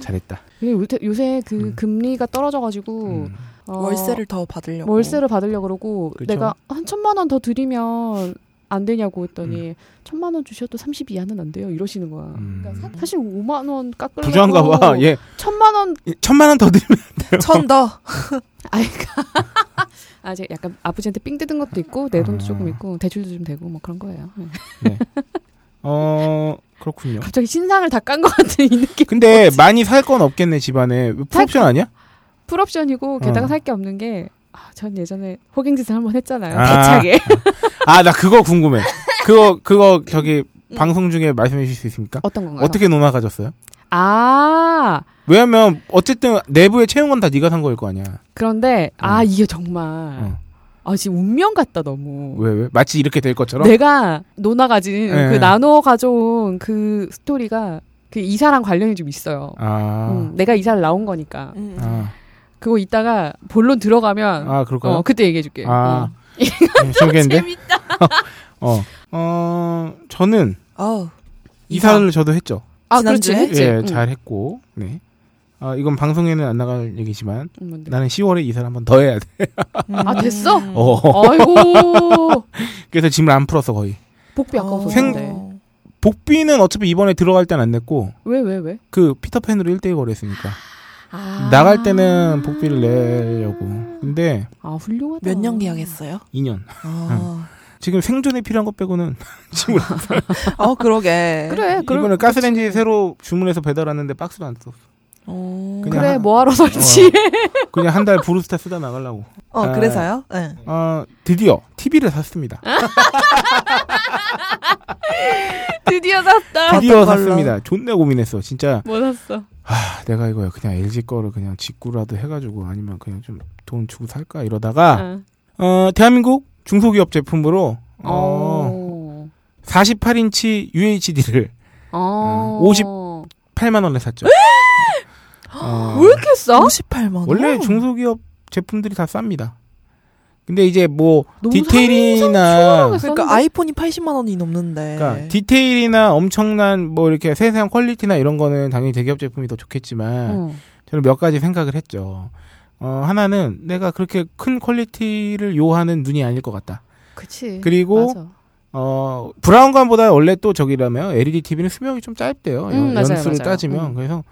C: 잘했다.
A: 요새, 요새 그
C: 음.
A: 금리가 떨어져가지고
C: 음.
A: 어,
B: 월세를 더 받으려고.
A: 월세를 받으려 그러고
C: 그쵸.
A: 내가 한 천만 원 더 드리면 안 되냐고 했더니 천만 원 주셔도 30 이하는 안 돼요 이러시는 거야.
C: 음.
A: 그러니까 사, 실 5만 원 깎으려고
C: 부자인가 봐. 예.
A: 천만 원
C: 예, 천만 원 더 드리면.
B: 천 더.
A: 아이가 그 아 제가 약간 아버지한테 삥 뜯은 것도 있고 내 돈도
C: 아.
A: 조금 있고 대출도 좀 되고 뭐 그런 거예요. 예.
C: 어, 그렇군요.
A: 갑자기 신상을 다 깐 것 같은 이 느낌.
C: 근데 많이 살 건 없겠네, 집안에. 풀옵션 아니야?
A: 풀옵션이고 게다가
C: 어.
A: 살 게 없는 게. 아, 전 예전에 호갱짓을 한번 했잖아요.
C: 아.
A: 대차게.
C: 아, 나 그거 궁금해. 그거, 그거, 저기, 방송 중에 말씀해 주실 수 있습니까?
A: 어떤 건가요?
C: 어떻게 논아 가졌어요?
A: 아,
C: 왜냐면, 어쨌든, 내부에 채운 건 다 네가 산 거일 거 아니야.
A: 그런데, 아,
C: 음.
A: 이게 정말.
C: 어.
A: 아, 지금 운명 같다, 너무.
C: 왜, 왜? 마치 이렇게
A: 네.
C: 될 것처럼?
A: 내가 노나 가진,
C: 예.
A: 그 나눠 가져온 그 스토리가 그 이사랑 관련이 좀 있어요.
C: 아,
A: 음, 내가 이사를 나온 거니까.
C: 아,
A: 그거 이따가 본론 들어가면,
C: 아, 그럴까요?
A: 어, 그때 얘기해줄게.
C: 아,
A: 음.
C: 정겠는데 어, 어, 저는
B: 어.
C: 이사를 저도 했죠.
A: 아,
B: 지난주에?
A: 그렇지, 했지.
C: 예,
A: 응.
C: 잘 했고, 네. 아, 이건 방송에는 안 나갈 얘기지만
A: 음, 뭔데?
C: 나는 10월에 이사를 한 번 더 해야 돼.
A: 아,
B: 음.
A: 됐어?
C: 어.
A: 아이고,
C: 그래서 짐을 안 풀었어 거의.
A: 복비
B: 어.
A: 아까워서.
C: 생-
A: 그런데.
C: 복비는 어차피 이번에 들어갈 땐 안 냈고
A: 왜, 왜, 왜?
C: 그 피터팬으로 1대1 거래했으니까
A: 아.
C: 나갈 때는 복비를 내려고. 근데
A: 아, 훌륭하다.
B: 몇 년 계약했어요?
C: 2년.
B: 아.
C: 지금 생존에 필요한 것 빼고는 짐을 안 풀었어.
B: 어, 그러게.
A: 그래, 그럼
C: 이번에 가스레인지 새로 주문해서 배달 왔는데 박스도 안 썼어.
B: 어.
C: 그냥 어.
A: 그래
C: 하-
A: 뭐하러 설치해
C: 그냥 한 달 브루스타 쓰다 나가려고.
B: 어, 그래서요? 네.
C: 어, 드디어 TV를 샀습니다.
A: 드디어 샀다
C: 드디어
B: 어떤 걸로?
C: 샀습니다. 존나 고민했어. 진짜
A: 뭐 샀어
C: 아, 내가 이거 그냥 LG 거를 그냥 직구라도 해가지고 아니면 그냥 좀 돈 주고 살까 이러다가
A: 응.
C: 어, 대한민국 중소기업 제품으로 어,
A: 어.
C: 48인치 UHD를
A: 어.
C: 50. 8만 원에 샀죠. 어,
A: 왜 이렇게
B: 어?
A: 싸?
B: 58만 원.
C: 원래 중소기업 제품들이 다 쌉니다. 근데 이제 뭐
A: 너무
C: 디테일이나
A: 상상하게
B: 그러니까 아이폰이 80만 원이 넘는데.
C: 그러니까 디테일이나 엄청난 뭐 이렇게 세세한 퀄리티나 이런 거는 당연히 대기업 제품이 더 좋겠지만
A: 응.
C: 저는 몇 가지 생각을 했죠. 어, 하나는 내가 그렇게 큰 퀄리티를 요하는 눈이 아닐 것 같다.
A: 그치
C: 그리고
A: 맞아.
C: 어, 브라운관보다 원래 또 저기라면 E LED TV는 수명이 좀 짧대요.
A: 음, 맞아요,
C: 연수를
A: 맞아요.
C: 따지면
A: 음.
C: 그래서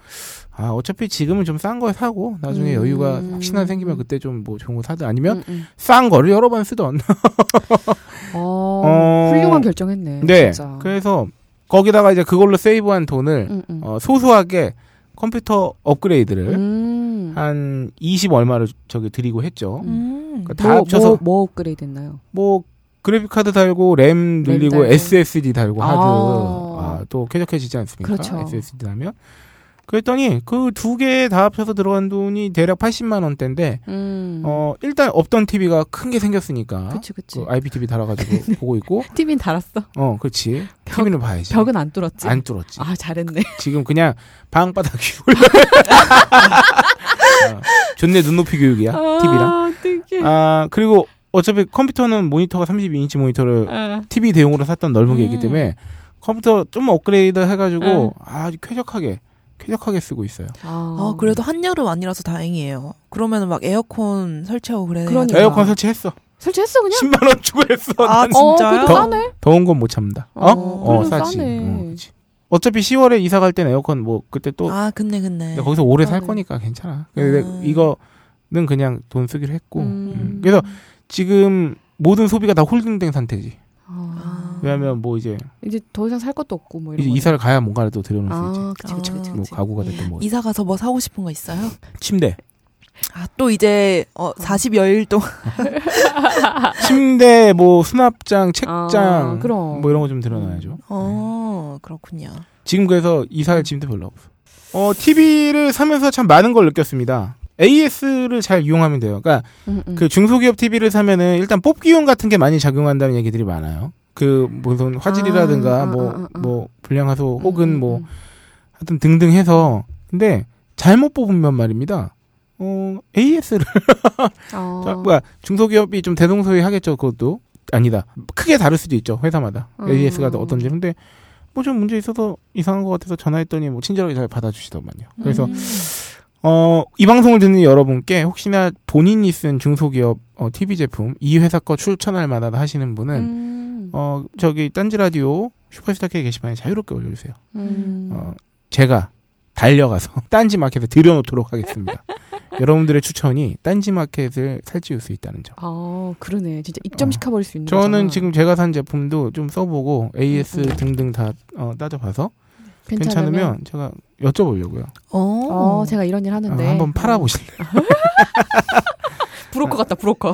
C: 아, 어차피 지금은 좀 싼 거 사고 나중에
A: 음.
C: 여유가 혹시나 생기면 그때 좀 뭐 좋은 거 사든 아니면
A: 응, 응.
C: 싼 거를 여러 번 쓰던.
A: 어,
C: 어.
A: 훌륭한 결정했네
C: 네.
A: 진짜. 음,
C: 그래서 거기다가 이제 그걸로 세이브한 돈을
A: 응, 응.
C: 어, 소소하게 컴퓨터 업그레이드를
A: 음.
C: 한 20 얼마를 저기 드리고 했죠.
B: 음.
C: 그러니까 다
A: 뭐,
C: 합쳐서
A: 뭐, 뭐 업그레이드 했나요?
C: 뭐 그래픽 카드 달고 램 늘리고
A: 달고.
C: SSD 달고 하드
A: 아.
C: 아, 또 쾌적해지지 않습니까?
A: 그렇죠.
C: SSD 달면 그랬더니 그 두 개 다 합쳐서 들어간 돈이 대략 80만 원대인데
A: 음.
C: 어 일단 없던 TV가 큰 게 생겼으니까
A: 그치 그치
C: 그 IPTV 달아가지고 보고 있고
A: TV는 달았어
C: 어 그렇지 TV는 봐야지
A: 벽은 안 뚫었지
C: 안 뚫었지
A: 아 잘했네
C: 지금 그냥 방바닥 기울 어, 존내 눈높이 교육이야 TV랑
A: 아 어떡해
C: 아 그리고 어차피 컴퓨터는 모니터가 32인치 모니터를
A: 아.
C: TV 대용으로 샀던 넓은 게
B: 음.
C: 있기 때문에 컴퓨터 좀 업그레이드 해가지고
A: 응.
C: 아주 쾌적하게 쾌적하게 쓰고 있어요.
B: 아, 그래도 한여름 아니라서 다행이에요. 그러면 막 에어컨 설치하고 그래.
A: 그러니까.
C: 에어컨 설치했어.
A: 설치했어 그냥
C: 10만 원 주고 했어.
B: 아,
C: 난
B: 진짜요?
A: 어, 그래도 싸네.
C: 더운 건 못 참는다. 어?
A: 어,
C: 어,
A: 그래도
C: 싸지.
A: 싸네.
C: 어, 그치. 어차피 10월에 이사 갈 땐 에어컨 뭐 그때 또
B: 아, 근데 근데.
C: 내가 거기서 오래 살
B: 그러네.
C: 거니까 괜찮아. 근데
B: 음.
C: 이거는 그냥 돈 쓰기로 했고.
A: 음.
C: 음. 그래서 지금 모든 소비가 다 홀딩된 상태지.
A: 아.
C: 왜냐면 뭐 이제
A: 이제 더 이상 살 것도 없고 뭐
C: 이제
A: 이런
C: 이사를 가야 뭔가라도 들여놓을 수 있지.
A: 아, 그치 그치 그치.
B: 아.
C: 뭐 가구가 됐든 뭐
B: 이사 가서 뭐 사고 싶은 거 있어요?
C: 침대.
B: 아, 또 이제 어, 40여일 동안
C: 침대, 뭐 수납장, 책장,
A: 아, 그럼.
C: 뭐 이런 거 좀 드러나야죠.
B: 어, 그렇군요.
C: 지금 그래서 이사할 짐도 별로 없어. 어, TV를 사면서 참 많은 걸 느꼈습니다. AS를 잘 이용하면 돼요. 그러니까
A: 음, 음.
C: 그 중소기업 TV를 사면은 일단 뽑기용 같은 게 많이 작용한다는 얘기들이 많아요. 그 무슨 화질이라든가
A: 아,
C: 뭐
A: 아, 아,
C: 뭐
A: 아.
C: 불량화소
A: 음,
C: 혹은
A: 음,
C: 뭐
A: 음.
C: 하여튼 등등 해서 근데 잘못 뽑으면 말입니다. 어, AS를
A: 어.
C: 뭐 뭐야 중소기업이 좀 대동소이하겠죠 그것도 아니다. 크게 다를 수도 있죠. 회사마다.
A: 음.
C: AS가 어떤지. 근데 뭐 좀 문제 있어서 이상한 것 같아서 전화했더니 뭐 친절하게 잘 받아주시더만요.
A: 음.
C: 그래서 어, 이 방송을 듣는 여러분께 혹시나 본인이 쓴 중소기업 어, TV 제품 이 회사 거 추천할 만하다 하시는 분은
A: 음.
C: 어 저기 딴지 라디오 슈퍼스타 K 게시판에 자유롭게 올려주세요.
A: 음.
C: 어, 제가 달려가서 딴지 마켓에 들여놓도록 하겠습니다. 여러분들의 추천이 딴지 마켓을 살찌울 수 있다는 점.
A: 아, 그러네. 진짜 입점시켜 버릴 수 있는
C: 어. 저는
A: 거잖아.
C: 지금 제가 산 제품도 좀 써보고 AS
A: 음.
C: 등등 다 어, 따져봐서 괜찮으면 제가 여쭤보려고요.
B: 어.
A: 어, 제가 이런 일
C: 어,
A: 하는데
C: 한번 팔아보실래요?
A: 브로커 같다 브로커.
C: 어.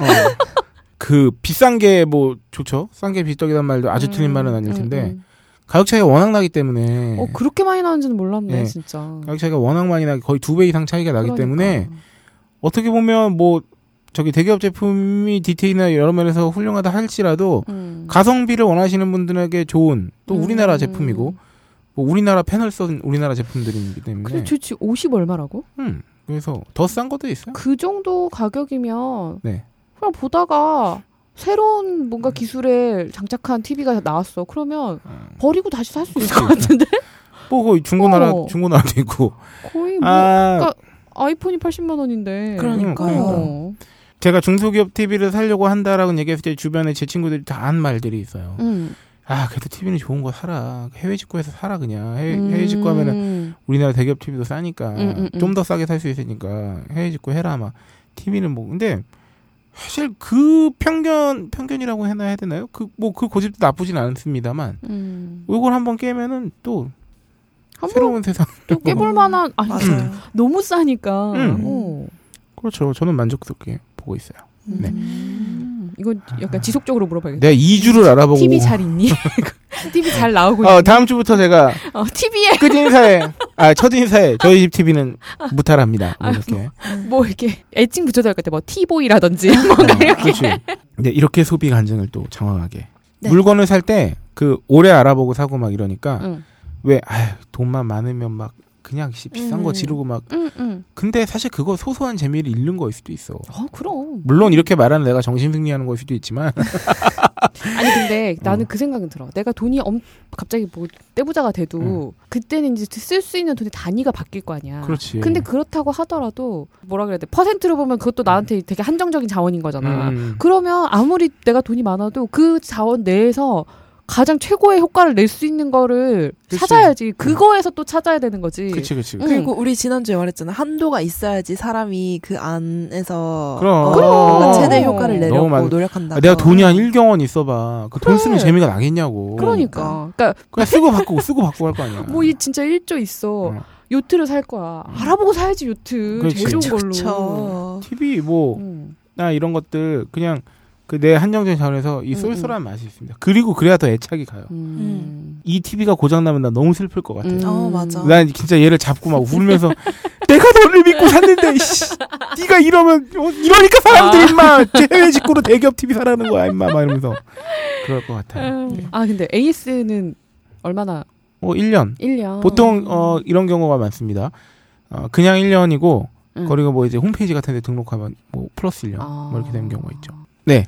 C: 그 비싼 게 뭐 좋죠? 싼 게 비떡이란 말도 아주 틀린 말은 아닐 텐데 네.
A: 음,
C: 가격 차이가 워낙 나기 때문에
A: 음. 어 그렇게 많이 나는지는 몰랐네
C: 예.
A: 진짜.
C: 가격 차이가 워낙 많이 나기 거의 두 배 이상 차이가 나기
A: 그러니까.
C: 때문에 어떻게 보면 뭐 저기 대기업 제품이 디테일이나 여러 면에서 훌륭하다 할지라도
A: 음.
C: 가성비를 원하시는 분들에게 좋은 또 우리나라
A: 음.
C: 제품이고 뭐 우리나라 패널 쓴 우리나라 제품들이기 때문에
A: 그래 좋지 50 얼마라고?
C: 음, 그래서 더 싼 것도 있어요.
A: 그 정도 가격이면
C: 네. 음.
A: 그냥 보다가 새로운 뭔가 기술에 장착한 TV가 나왔어. 그러면
C: 음.
A: 버리고 다시 살 수 있을 것
C: 그러니까.
A: 같은데
C: 뭐 거의 중고나라
A: 어.
C: 중고나라도 있고
A: 거의 뭐
C: 아
A: 아이폰이 80만 원인데.
B: 그러니까.
C: 음,
A: 어.
C: 제가 중소기업 TV를 살려고 한다라고 얘기했을 때 주변에 제 친구들이 다 한 말들이 있어요.
A: 음.
C: 아 그래도 TV는 좋은 거 사라 해외 직구해서 사라 그냥 해외,
A: 음.
C: 해외 직구하면은 우리나라 대기업 TV도 싸니까
A: 음, 음, 음.
C: 좀 더 싸게 살 수 있으니까 해외 직구 해라 막 TV는 뭐 근데 사실 그 편견 편견이라고 해나 해야 되나요? 그 뭐 그 고집도 나쁘진 않습니다만
A: 음.
C: 이걸 한번 깨면은 또
A: 한번
C: 새로운 세상
A: 또 깨볼 만한 아니
B: 맞아요.
A: 너무 싸니까.
C: 음.
A: 어.
C: 그렇죠 저는 만족스럽게 보고 있어요. 네.
A: 음. 이건 약간 지속적으로 물어봐야겠다.
C: 내가 2주를 알아보고
A: TV 네. 잘 있니? TV 잘 나오고
C: 어, 다음 주부터 제가
A: 있니? 어, TV에
C: 끝 인사에 아 첫 인사에 저희 집 TV는 무탈합니다 뭐
A: 아,
C: 이렇게
A: 뭐 이렇게 애칭 붙여도 할 것 같아. 뭐 T보이라든지 뭔가
C: 어,
A: 이렇게.
C: 그렇지. 근데 이렇게 소비 간증을 또 장황하게.
B: 네.
C: 물건을 살 때 그 오래 알아보고 사고 막 이러니까
A: 응.
C: 왜 아휴 돈만 많으면 막 그냥 씨 비싼
A: 음.
C: 거 지르고 막
A: 응, 응.
C: 근데 사실 그거 소소한 재미를 잃는 거일 수도 있어.
A: 어, 그럼.
C: 물론 이렇게 말하는 내가 정신 승리하는 거일 수도 있지만
A: 아니 근데 나는 그 생각은 들어. 내가 돈이 엄, 갑자기 뭐 떼부자가 돼도 그때는 이제 쓸 수 있는 돈의 단위가 바뀔 거 아니야.
C: 그렇지.
A: 근데 그렇다고 하더라도 뭐라 그래야 돼? 퍼센트로 보면 그것도 나한테 되게 한정적인 자원인 거잖아.
C: 음.
A: 그러면 아무리 내가 돈이 많아도 그 자원 내에서 가장 최고의 효과를 낼 수 있는 거를
C: 그치. 음.
A: 찾아야지. 그거에서 또 찾아야 되는 거지. 음,
C: 그치 음. 그치.
A: 응.
B: 그리고 우리 지난주에 말했잖아. 한도가 있어야지 사람이 그 안에서
C: 그럼.
B: 어,
C: 그럼.
B: 최대 효과를
C: 너무
B: 내려고
C: 많-
B: 노력한다.
C: 아, 내가 돈이 한 1경원 있어봐. 그 돈 쓰는 재미가 나겠냐고.
A: 그러니까. 그러니까
C: 그냥 쓰고 바꾸고 쓰고 바꾸고 할 거 아니야.
A: 뭐 이 진짜 일조 있어.
C: 응.
A: 요트를 살 거야. 알아보고 사야지 요트.
C: 음. 그렇지.
A: 제일 좋은 걸로.
B: 그렇죠.
C: TV 뭐
A: 음.
C: 나 이런 것들 그냥 그 내 한정적인 자원에서 이
A: 음,
C: 쏠쏠한 맛이 있습니다. 그리고 그래야 더 애착이 가요.
A: 음.
C: 이 TV가 고장 나면 나 너무 슬플 것 같아.
A: 음.
B: 어, 맞아.
C: 난 진짜 얘를 잡고 막 울면서 내가 너를 믿고 샀는데 씨, 네가 이러면 어, 이러니까
A: 아.
C: 사람들이 인마 해외 직구로 대기업 TV 사라는 거야 인마 막 이러면서 그럴 것 같아요. 네.
A: 아 근데 AS는 얼마나?
C: 어 1년
A: 1년.
C: 보통 어 이런 경우가 많습니다. 어 그냥 1년이고
A: 음.
C: 그리고 뭐 이제 홈페이지 같은 데 등록하면 뭐 플러스 1년
A: 아.
C: 뭐 이렇게 되는 경우가 있죠. 네.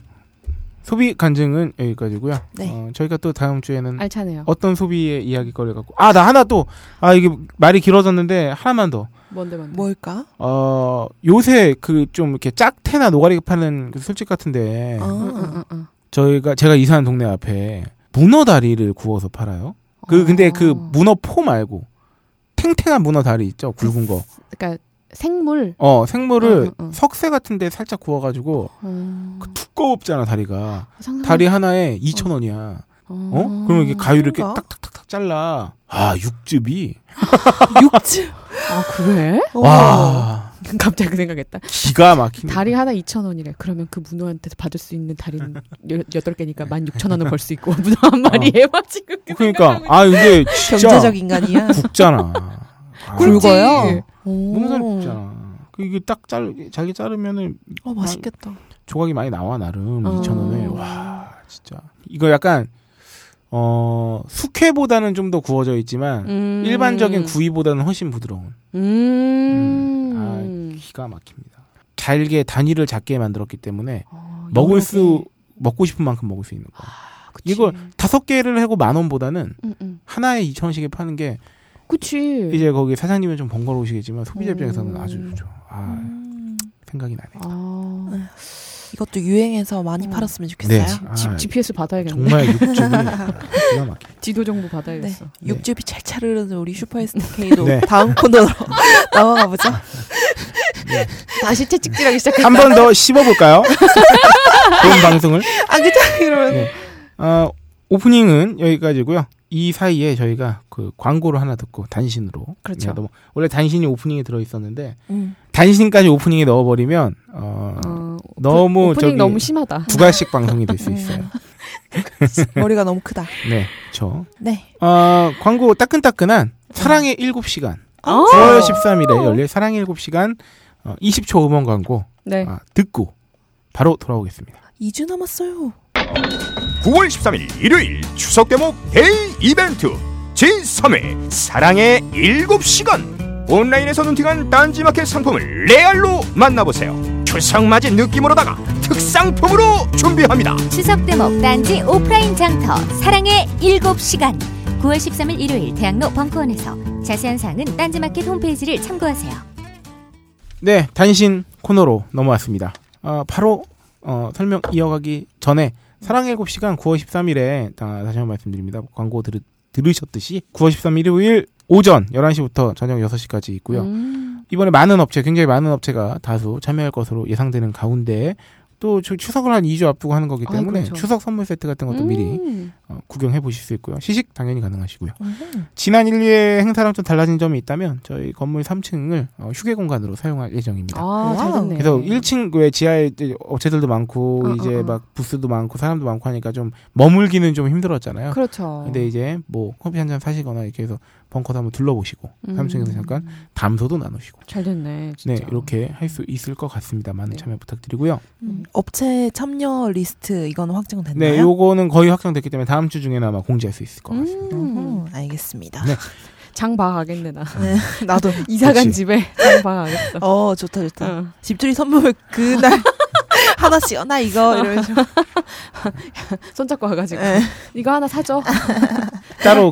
C: 소비 간증은 여기까지고요.
B: 네.
C: 어, 저희가 또 다음 주에는
A: 알차네요.
C: 어떤 소비의 이야기거리를 갖고 아 나 하나 또 아 이게 말이 길어졌는데 하나만 더
A: 뭔데 뭔데.
B: 뭘까?
C: 어, 요새 그 좀 이렇게 짝태나 노가리 파는 그 술집 같은데
B: 아.
A: 응, 응, 응, 응.
C: 저희가 제가 이사한 동네 앞에 문어 다리를 구워서 팔아요. 그 근데 그
A: 어.
C: 문어 포 말고 탱탱한 문어 다리 있죠 굵은 거.
A: 그러니까 생물.
C: 어 생물을
A: 어, 어, 어.
C: 석쇠 같은데 살짝 구워가지고
A: 어.
C: 그 두꺼웁잖아 다리가.
A: 상상해.
C: 다리 하나에 2천 원이야. 어? 그러면 이게 가위로 이렇게
B: 음. 그런가?
C: 딱딱딱딱 잘라. 아 육즙이
B: 육즙.
A: 아 그래?
C: 와
A: 갑자기 그 생각했다.
C: 기가 막힌다.
A: 다리 하나 2천 원이래. 그러면 그 문어한테 받을 수 있는 다리는 여- 여덟 개니까 16,000원을 벌 수 있고 문어 한 마리에 막 지금 그
C: 아. 그러니까
A: 생각하고
C: 아 이게 진짜 음.
B: 경제적 인간이야.
C: 굵잖아. 아,
A: 굵지.
B: 굵어요?
C: 몸살
B: 오.
C: 이 굵잖아. 그 이게 딱 잘, 잘게 자르면은
B: 어, 맛있겠다.
C: 조각이 많이 나와 나름
A: 어.
C: 2,000원에 와 진짜 이거 약간 어 숙회보다는 좀 더 구워져 있지만
A: 음.
C: 일반적인 구이보다는 훨씬 부드러운
A: 음.
C: 음. 기가 막힙니다. 잘게 단위를 작게 만들었기 때문에
A: 아,
C: 먹을
A: 여러
C: 수 먹고 싶은 만큼 먹을 수 있는 거. 이걸 다섯 개를 하고 만 원보다는
A: 응, 응.
C: 하나에 2천 원씩에 파는 게
A: 그치.
C: 이제 거기 사장님은 좀 번거로우시겠지만
A: 네. 음.
C: 소비자 입장에서는 아주 좋죠. 아
B: 음,
C: 생각이 나네.
A: 아,
B: 이것도 유행해서 많이
A: 음.
B: 팔았으면 좋겠어요.
C: 아,
A: 지- GPS 받아야겠네.
C: 정말 육즙이 기가 막혀.
A: 지도 정보
B: 네.
A: 받아야겠어.
B: 육즙이 찰찰 흐르는 우리 슈퍼에스타 K도
C: 네.
B: 다음 코너로 넘어가 보죠.
A: 다시 채찍질하기 시작했다.
C: 한 번 더 씹어볼까요? 좋은 방송을.
B: 아 그죠? 이러면
C: 네.
A: 음.
C: 어, 오프닝은 여기까지고요. 이 사이에 저희가 그 광고를 하나 듣고 단신으로.
A: 그렇죠.
C: 넘어- 원래 단신이 오프닝에 들어 있었는데
B: 음.
C: 단신까지 오프닝에 넣어버리면 어,
A: 어,
C: 너무
A: 오프닝
C: 저기
A: 너무 네. 심하다.
C: 부가식 방송이 될 수 있어요.
B: 머리가 너무 크다.
C: 네, 저
B: 네.
C: 어, 광고 따끈따끈한 사랑의 7시간.
A: 아,
C: 9월 13일에 열릴 사랑의 7시간 어, 20초 음원 광고
A: 네.
C: 아, 듣고 바로 돌아오겠습니다.
B: 2주 남았어요.
E: 9월 13일 일요일 추석 대목 데이 이벤트 제3회 사랑의 7시간 온라인에서 눈팅한 딴지마켓 상품을 레알로 만나보세요 추석 맞은 느낌으로다가 특상품으로 준비합니다
F: 추석 대목 단지 오프라인 장터 사랑의 7시간 9월 13일 일요일 대학로 벙커원에서 자세한 사항은 딴지마켓 홈페이지를 참고하세요.
C: 네, 단신 코너로 넘어왔습니다. 어, 바로 어, 설명 이어가기 전에 사랑의 7시간 9월 13일에 다시 한 번 말씀드립니다. 광고 들, 들으셨듯이 9월 13일 일요일 오전 11시부터 저녁 6시까지 있고요.
A: 음,
C: 이번에 많은 업체, 굉장히 많은 업체가 다수 참여할 것으로 예상되는 가운데 또 추- 추석을 한 2주 앞두고 하는 거기
A: 아,
C: 때문에
A: 그렇죠.
C: 추석 선물 세트 같은 것도 미리
A: 음.
C: 어, 구경해 보실 수 있고요. 시식 당연히 가능하시고요. 지난 1, 2회 행사랑 좀 달라진 점이 있다면 저희 건물 3층을 어, 휴게 공간으로 사용할 예정입니다.
A: 아, 잘
B: 와우.
A: 됐네.
C: 그래서 1층 왜 지하에 이제 업체들도 많고
A: 어,
C: 이제
A: 어, 어.
C: 막 부스도 많고 사람도 많고 하니까 좀 머물기는 좀 힘들었잖아요.
A: 그렇죠.
C: 근데 이제 뭐 커피 한 잔 사시거나 이렇게 해서 벙커도 한번 둘러보시고
A: 음.
C: 3층에서 잠깐 담소도 나누시고
A: 잘 됐네.
C: 네
A: 진짜.
C: 이렇게 할 수 있을 것 같습니다. 많은
A: 네.
C: 참여 부탁드리고요.
B: 음. 업체 참여 리스트 이건 확정됐나요?
C: 네 요거는 거의 확정됐기 때문에 다음 주 중에는 아마 공지할 수 있을 것 같습니다.
A: 음,
B: 음, 알겠습니다.
A: 장 봐가겠네 나.
B: 나도
A: 이사 간
C: 아, 그치. 아.
A: 집에 장 봐가겠어.
B: 어 좋다 좋다.
A: 어.
B: 집들이 선물 그날 하나씩 어, 나 이거 이러면서
A: 손잡고 와가지고
B: 네.
A: 이거 하나 사줘.
C: 따로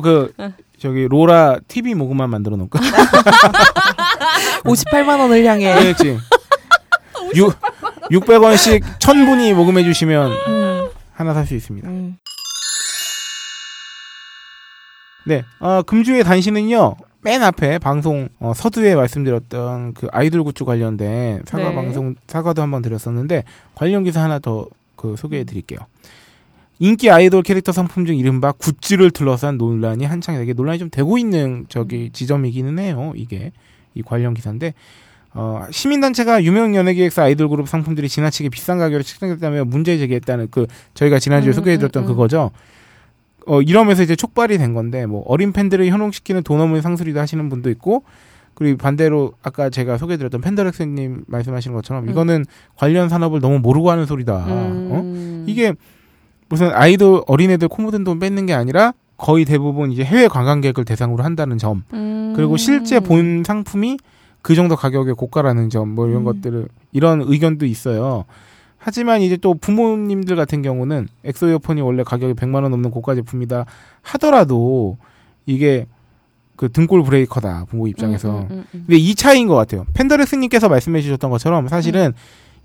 C: 그
A: 어.
C: 저기 로라 TV 모금만 만들어 놓을까?
B: 58만 원을 향해
C: 네, 그렇지. 6 600원씩 1000분이 모금해 주시면
A: 음.
C: 하나 살 수 있습니다.
B: 음.
C: 네. 어, 금주의 단신은요. 맨 앞에 방송 어, 서두에 말씀드렸던 그 아이돌 굿즈 관련된 사과
A: 네.
C: 방송 사과도 한번 드렸었는데 관련 기사 하나 더 그 소개해 드릴게요. 인기 아이돌 캐릭터 상품 중 이른바 굿즈를 둘러싼 논란이 한창 되게 논란이 좀 되고 있는
A: 음.
C: 저기 지점이기는 해요. 이게 이 관련 기사인데 어, 시민단체가 유명 연예기획사 아이돌 그룹 상품들이 지나치게 비싼 가격으로 책정됐다며 문제 제기했다는 그 저희가
A: 음,
C: 지난주에 소개해드렸던
A: 음, 음.
C: 그거죠. 어, 이러면서 이제 촉발이 된 건데 뭐 어린 팬들을 현혹시키는 돈 없는 상술이다 하시는 분도 있고 그리고 반대로 아까 제가 소개해드렸던 팬더렉스님 말씀하시는 것처럼
A: 음.
C: 이거는 관련 산업을 너무 모르고 하는 소리다. 어?
A: 음.
C: 이게 무슨 아이돌 어린애들 코 묻은 돈 뺏는 게 아니라 거의 대부분 이제 해외 관광객을 대상으로 한다는 점.
A: 음.
C: 그리고 실제 본 상품이 그 정도 가격의 고가라는 점 뭐 이런
B: 음.
C: 것들을 이런 의견도 있어요. 하지만 이제 또 부모님들 같은 경우는 엑소 이어폰이 원래 가격이 100만 원 넘는 고가 제품이다 하더라도 이게 그 등골 브레이커다 부모 입장에서.
A: 음, 음, 음, 음.
C: 근데 이 차이인 것 같아요. 펜더렉스님께서 말씀해 주셨던 것처럼 사실은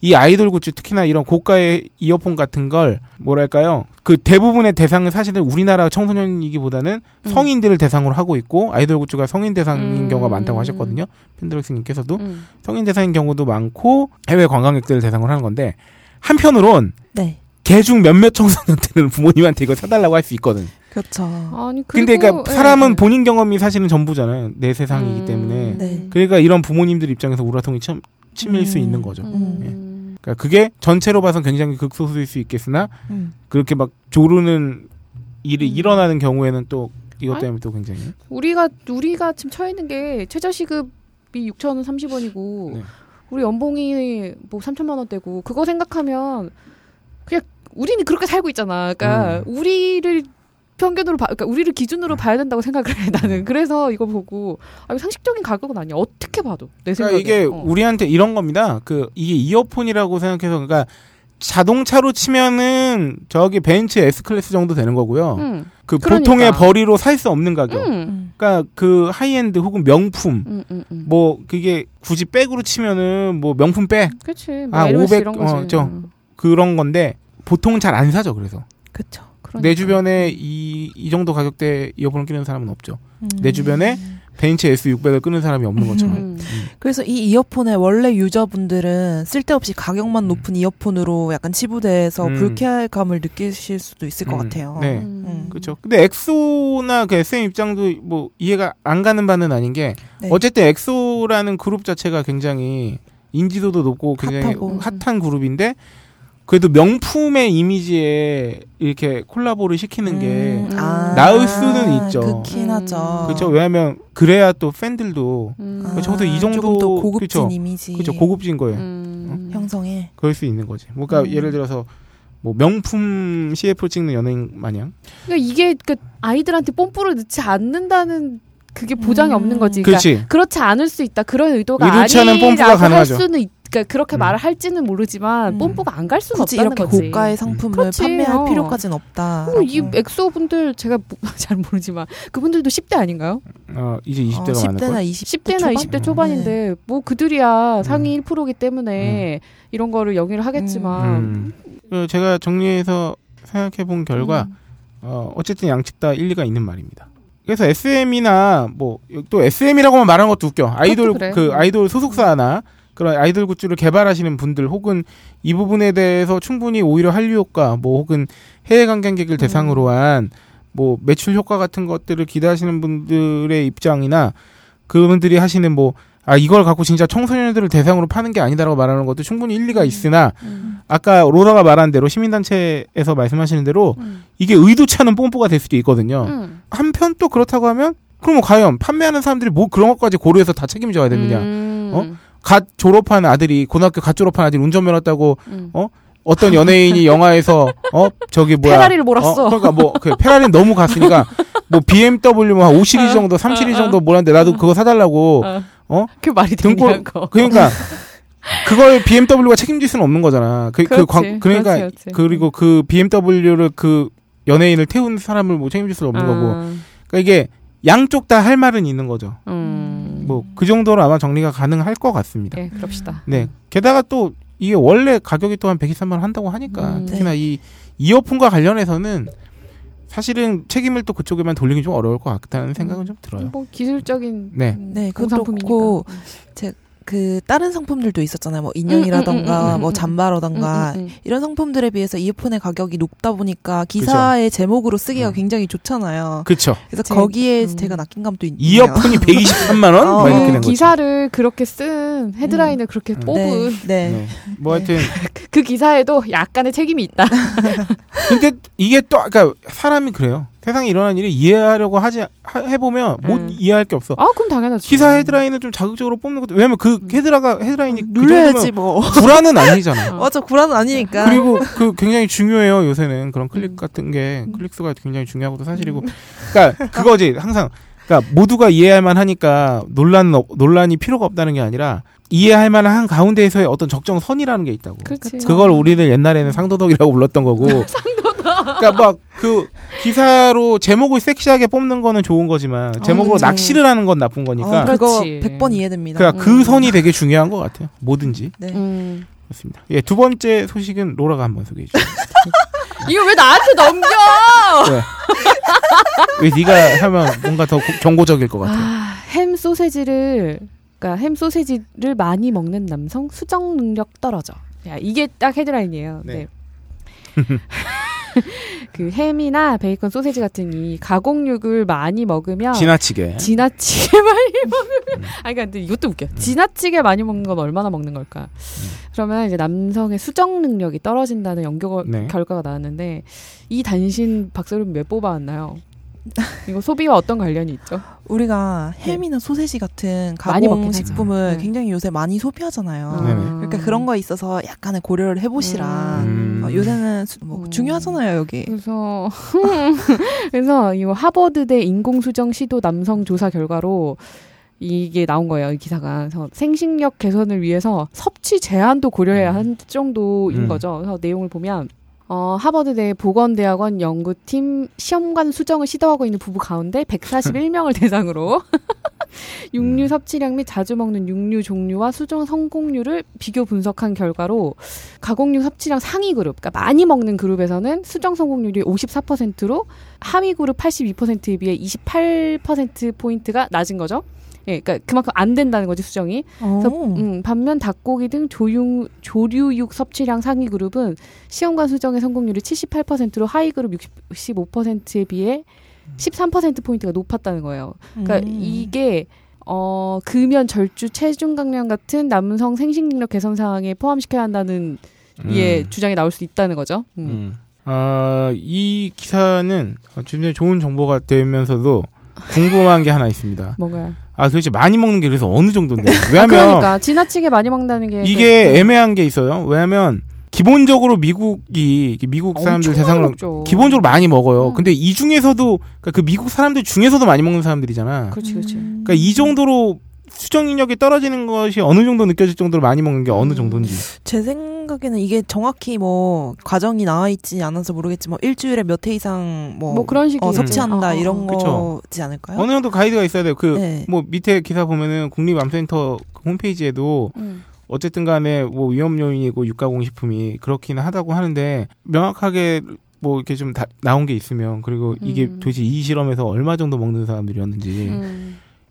C: 이 아이돌 굿즈 특히나 이런 고가의 이어폰 같은 걸 뭐랄까요 그 대부분의 대상은 사실은 우리나라 청소년이기보다는
A: 음.
C: 성인들을 대상으로 하고 있고 아이돌 굿즈가 성인 대상인
A: 음.
C: 경우가 많다고 하셨거든요 펜더렉스님께서도
A: 음.
C: 성인 대상인 경우도 많고 해외 관광객들을 대상으로 하는 건데 한편으론
B: 네
C: 개중 몇몇 청소년들은 부모님한테 이걸 사달라고 할 수 있거든.
B: 그렇죠.
A: 아니 그리고,
C: 근데 그러니까
A: 예,
C: 사람은
A: 예.
C: 본인 경험이 사실은 전부잖아요. 내 세상이기
A: 음.
C: 때문에
B: 네.
C: 그러니까 이런 부모님들 입장에서 우라통이 참 치밀 수
B: 음.
C: 있는 거죠.
A: 음.
C: 그러니까 그게 전체로 봐선 굉장히 극소수일 수 있겠으나
B: 음.
C: 그렇게 막 조르는 일이
B: 음.
C: 일어나는 경우에는 또 이것
A: 아니.
C: 때문에 또 굉장히
A: 우리가 우리가 지금 처해 있는 게 최저 시급이 6,030원이고
C: 네.
A: 우리 연봉이 뭐 3천만 원대고 그거 생각하면 그냥 우리는 그렇게 살고 있잖아. 그러니까
C: 음.
A: 우리를 평균으로 봐, 그러니까 우리를 기준으로
C: 네.
A: 봐야 된다고 생각을 해 나는. 그래서 이거 보고 아 이거 상식적인 가격은 아니야. 어떻게 봐도 내
C: 그러니까
A: 생각에.
C: 이게
A: 어.
C: 우리한테 이런 겁니다. 그 이게 이어폰이라고 생각해서 그러니까 자동차로 치면은 저기 벤츠 S 클래스 정도 되는 거고요.
A: 음,
C: 그
A: 그러니까.
C: 보통의 버리로 살 수 없는 가격.
A: 음,
C: 그러니까 그 하이엔드 혹은 명품
A: 음, 음, 음.
C: 뭐 그게 굳이 백으로 치면은 뭐 명품 백
A: 그렇지.
C: 아,
A: 아, 500
C: 500,
A: 이런 거지.
C: 어, 저.
A: 음,
C: 그런 건데 보통 잘 안 사죠. 그래서
B: 그쵸.
A: 그러니까.
C: 내 주변에 이, 이 정도 가격대 이어폰을 끼는 사람은 없죠.
B: 음.
C: 내 주변에 벤츠 S600을 끄는 사람이 없는 것처럼.
A: 음.
B: 그래서 이 이어폰의 원래 유저분들은 쓸데없이 가격만 높은 이어폰으로 약간 치부돼서
C: 음.
B: 불쾌감을 느끼실 수도 있을 것
C: 음,
B: 같아요.
C: 네.
A: 음.
C: 그렇죠. 근데 엑소나 그 SM 입장도 뭐 이해가 안 가는 바는 아닌 게
B: 네.
C: 어쨌든 엑소라는 그룹 자체가 굉장히 인지도도 높고 굉장히
A: 음.
B: 핫하고.
C: 핫한 그룹인데 그래도 명품의 이미지에 이렇게 콜라보를 시키는 게
A: 음.
C: 나을 수는 있죠.
B: 아, 그렇긴
A: 음.
B: 하죠.
C: 그렇죠. 왜냐하면 그래야 또 팬들도
A: 음.
B: 아,
C: 그 저도 이 정도-
B: 조금 더 고급진
C: 그쵸.
B: 이미지
C: 그렇죠 고급진 거예요.
A: 음.
C: 어?
B: 형성에
C: 그럴 수 있는 거지. 그러니까
B: 음.
C: 예를 들어서 뭐 명품 CF 찍는 연예인 마냥
A: 그러니까 이게 그 아이들한테 뽐뿌를 넣지 않는다는 그게 보장이
B: 음.
A: 없는 거지.
C: 그
A: 그러니까
C: 렇지
A: 그렇지 않을 수 있다. 그런 의도가
C: 의도치 않은
A: 아니라고
C: 뽐뿌가
A: 할
C: 가능하죠.
A: 수는 있, 그러니까 그렇게
C: 음.
A: 말을 할지는 모르지만
B: 음.
A: 뽐뿌가 안 갈 수는
B: 굳이
A: 없다는
B: 이렇게
A: 거지.
B: 고가의 상품을
A: 그렇지,
B: 판매할
A: 어.
B: 필요까지는 없다.
A: 그럼 이
C: 음,
A: 엑소 분들 제가 모- 잘 모르지만 그분들도 10대 아닌가요?
C: 어, 이제 20대가 많을
B: 10대나
C: 거예요.
B: 음. 네. 20
A: 10대나 20대 초반인데 뭐
C: 음.
A: 그들이야 상위 1%이기 때문에 이런 거를 영위를 하겠지만
C: 음. 그 제가 정리해서 생각해 본 결과
A: 음.
C: 어, 어쨌든 양측 다 일리가 있는 말입니다. 그래서 SM이나 뭐 또 SM이라고만 말하는 것도 웃겨. 아이돌
A: 그래.
C: 그 아이돌 소속사나 그런 아이돌 굿즈를 개발하시는 분들 혹은 이 부분에 대해서 충분히 오히려 한류 효과 뭐 혹은 해외 관광객을
A: 음.
C: 대상으로 한 뭐 매출 효과 같은 것들을 기대하시는 분들의 입장이나 그분들이 하시는 뭐 아 이걸 갖고 진짜 청소년들을 대상으로 파는 게 아니다라고 말하는 것도 충분히
A: 음.
C: 일리가 있으나 아까 로라가 말한 대로 시민단체에서 말씀하시는 대로
A: 음.
C: 이게 의도치 않은 뽐뿌가 될 수도 있거든요.
A: 음.
C: 한편 또 그렇다고 하면 그럼 뭐 과연 판매하는 사람들이 뭐 그런 것까지 고려해서 다 책임져야 되느냐.
A: 음.
C: 어? 갓 졸업한 아들이 고등학교 갓 졸업한 아들이 운전면허 따고
A: 음.
C: 어떤 연예인이 영화에서 어 저기 뭐야
A: 페라리를 몰았어.
C: 어, 그러니까 뭐그 페라리는 너무 갔으니까 뭐 BMW 뭐 한5 시리즈 정도, 3 시리즈 정도 뭐라는데 나도 그거 사달라고
A: 어.
C: 어
A: 그 말이
C: 등골-
A: 되냐고.
C: 그러니까 그걸 BMW가 책임질 수는 없는 거잖아. 그, 그
A: 그렇지,
C: 광, 그러니까
A: 그렇지, 그렇지.
C: 그리고그 BMW를 그 연예인을 태운 사람을 뭐 책임질 수는 없는
A: 음.
C: 거고. 그러니까 이게 양쪽 다 할 말은 있는 거죠.
A: 아, 음.
C: 뭐 그 정도로 아마 정리가 가능할 것 같습니다.
A: 예, 그럽시다.
C: 네. 게다가 또 이게 원래 가격이 또 한 123만 원 한다고 하니까
A: 음, 네.
C: 특히나 이 이어폰과 관련해서는 사실은 책임을 또 그쪽에만 돌리기 좀 어려울 것 같다는 생각은 좀 들어요.
A: 뭐 기술적인 뭐
C: 네.
B: 네, 그것도
A: 공산품이니까. 음,
B: 그렇고 그 다른 상품들도 있었잖아요. 뭐 인형이라던가
A: 음, 음, 음, 음,
B: 뭐
A: 음.
B: 잠바라던가
A: 음, 음, 음.
B: 이런 상품들에 비해서 이어폰의 가격이 높다 보니까 기사의 제목으로 쓰기가
C: 음.
B: 굉장히 좋잖아요.
C: 그쵸.
B: 그래서
A: 제-
B: 거기에
A: 음.
B: 제가 낚인 감도 있네요.
C: 이어폰이 123만 원?
B: 어.
C: 뭐 이렇게
A: 그
C: 된 거죠.
A: 기사를 그렇게 쓴 헤드라인을 그렇게
C: 음.
A: 뽑은
B: 네. 네.
C: 네. 뭐 하여튼
A: 그 기사에도 약간의 책임이 있다.
C: 어? 근데 이게 또 아까 사람이 그래요. 세상에 일어난 일을 이해하려고 하지 하- 해보면 못
A: 음.
C: 이해할 게 없어.
A: 아, 그럼 당연하지.
C: 기사 헤드라인을 좀 자극적으로 뽑는 것도 왜냐면 그
A: 음.
C: 헤드라가 헤드라인이 그
B: 눌려야지
C: 정도면
B: 뭐.
C: 불안은 아니잖아.
A: 어.
B: 맞아, 불안은 아니니까.
C: 그리고 그 굉장히 중요해요 요새는 그런 클릭
A: 음.
C: 같은 게 클릭 수가 굉장히 중요하고도 사실이고, 그러니까 그거지 항상 그러니까 모두가 이해할 만하니까 논란 논란이 필요가 없다는 게 아니라 이해할 만한 가운데에서의 어떤 적정 선이라는 게 있다고.
A: 그렇지.
C: 그걸 우리는 옛날에는 상도덕이라고 불렀던 거고. 그러니까 막 그 기사로 제목을 섹시하게 뽑는 거는 좋은 거지만 제목으로
B: 그렇죠.
C: 낚시를 하는 건 나쁜 거니까.
B: 어,
C: 그
B: 그거
A: 그렇지.
B: 100번 이해됩니다.
C: 러니까그
A: 음.
C: 선이 되게 중요한 것 같아요. 뭐든지
B: 네.
A: 음.
C: 그렇습니다. 예, 두 번째 소식은 로라가 한번 소개해 주세요.
A: 이거 왜 나한테 넘겨?
C: 왜그 네가 하면 뭔가 더 고- 경고적일 것 같아.
A: 아, 햄 소세지를 그러니까 햄 소세지를 많이 먹는 남성 수정 능력 떨어져. 야, 이게 딱 헤드라인이에요.
C: 네.
A: 네. 그 햄이나 베이컨 소세지 같은 이 가공육을 많이 먹으면
C: 지나치게.
A: 아. 지나치게 많이 먹으면 아 그러니까 근데 이것도 웃겨. 지나치게 많이 먹는 건 얼마나 먹는 걸까?
C: 음.
A: 그러면 이제 남성의 수정 능력이 떨어진다는 연구
C: 네.
A: 결과가 나왔는데 이 단신 박사님 왜 뽑아왔나요? 이거 소비와 어떤 관련이 있죠?
B: 우리가
C: 네.
B: 햄이나 소세지 같은
A: 많이 먹긴
B: 가공 식품을
A: 하죠. 네.
B: 굉장히 요새 많이 소비하잖아요.
C: 네네.
B: 그러니까 그런 거에 있어서 약간의 고려를 해보시라.
C: 음.
B: 어, 예. 요새는 수- 뭐
A: 음.
B: 중요하잖아요 여기.
A: 그래서 그래서 이 하버드대 인공수정 시도 남성 조사 결과로 이게 나온 거예요, 이 기사가. 그래서 생식력 개선을 위해서 섭취 제한도 고려해야 할 정도인
C: 음.
A: 거죠. 그래서 내용을 보면 어, 하버드대 보건대학원 연구팀 시험관 수정을 시도하고 있는 부부 가운데 141명을 대상으로 육류 섭취량 및 자주 먹는 육류 종류와 수정 성공률을 비교 분석한 결과로 가공육 섭취량 상위 그룹, 그러니까 많이 먹는 그룹에서는 수정 성공률이 54%로 하위 그룹 82%에 비해 28% 포인트가 낮은 거죠. 예, 그러니까 그만큼 안 된다는 거지 수정이. 그래서, 음, 반면 닭고기 등 조육, 조류육 섭취량 상위 그룹은 시험관 수정의 성공률이 78%로 하위 그룹 65%에 비해 13% 포인트가 높았다는 거예요. 그러니까
B: 음.
A: 이게 어 금연 절주 체중 감량 같은 남성 생식능력 개선 사항에 포함시켜야 한다는 예 주장이 나올 수 있다는 거죠. 음.
C: 음. 아, 이 기사는 굉장히 좋은 정보가 되면서도 궁금한 게 하나 있습니다.
A: 뭔가
C: 아, 도대체 많이 먹는 게 그래서 어느 정도인데. 왜냐면
A: 그러니까 네, 지나치게 많이 먹는다는 게
C: 이게 애매한 게 있어요. 왜냐면 기본적으로 미국이 이게 미국 사람들 대상으로
A: 죠
C: 기본적으로 많이 먹어요.
A: 음.
C: 근데 이 중에서도 그러니까 그 미국 사람들 중에서도 많이 먹는 사람들이잖아.
A: 그렇지 그렇지.
B: 음.
C: 그러니까 이 정도로 수정 능력이 떨어지는 것이 어느 정도 느껴질 정도로 많이 먹는 게 어느
B: 음.
C: 정도인지.
B: 제 생각에는 이게 정확히 뭐 과정이 나와 있지 않아서 모르겠지만 뭐 일주일에 몇 회 이상 뭐,
A: 뭐 그런 음. 식이
B: 어, 섭취한다 이런
C: 그쵸.
B: 거지 않을까요?
C: 어느 정도 가이드가 있어야 돼요. 그
B: 네.
C: 뭐 밑에 기사 보면은 국립암센터 그 홈페이지에도
A: 음.
C: 어쨌든 간에 뭐 위험 요인이고 육가공식품이 그렇긴 하다고 하는데 명확하게 뭐 이렇게 좀 다- 나온 게 있으면 그리고 이게
A: 음.
C: 도대체 이 실험에서 얼마 정도 먹는 사람들이었는지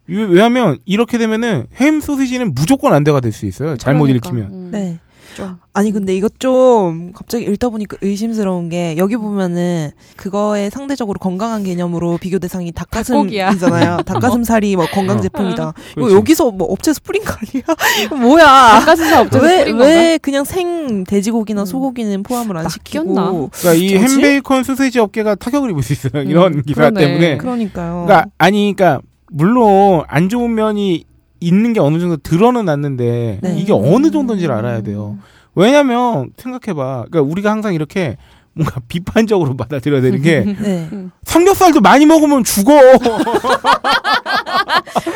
C: 이- 왜냐하면 이렇게 되면은 햄 소시지는 무조건 안돼가 될 수 있어요 잘못 읽히면
B: 네.
A: 그러니까 음. 좀.
B: 아니 근데 이것 좀 갑자기 읽다 보니까 의심스러운 게 여기 보면은 그거에 상대적으로 건강한 개념으로 비교 대상이
A: 닭고기야.
B: 닭가슴이잖아요. 닭가슴살이 뭐 건강
C: 어.
B: 제품이다. 이거
C: 그렇지.
B: 여기서 뭐 업체 스프링 거 아니야? 뭐야?
A: 닭가슴살 업체에서
B: 왜 왜
A: 뿌린 건가?
B: 그냥 생 돼지고기나
A: 음.
B: 소고기는 포함을 안
A: 낚였나?
B: 시키고
C: 그러니까 이
B: 뭐지?
C: 햄베이컨 소시지 업계가 타격을 입을 수 있어요 이런 기사
A: 그러네.
C: 때문에
B: 그러니까요.
C: 그러니까 아니 그러니까 물론 안 좋은 면이 있는 게 어느 정도 드러는 났는데
B: 네.
C: 이게 어느 정도인지를 알아야 돼요. 왜냐면 생각해봐. 그러니까 우리가 항상 이렇게 뭔가 비판적으로 받아들여야 되는 게
B: 네.
C: 삼겹살도 많이 먹으면 죽어.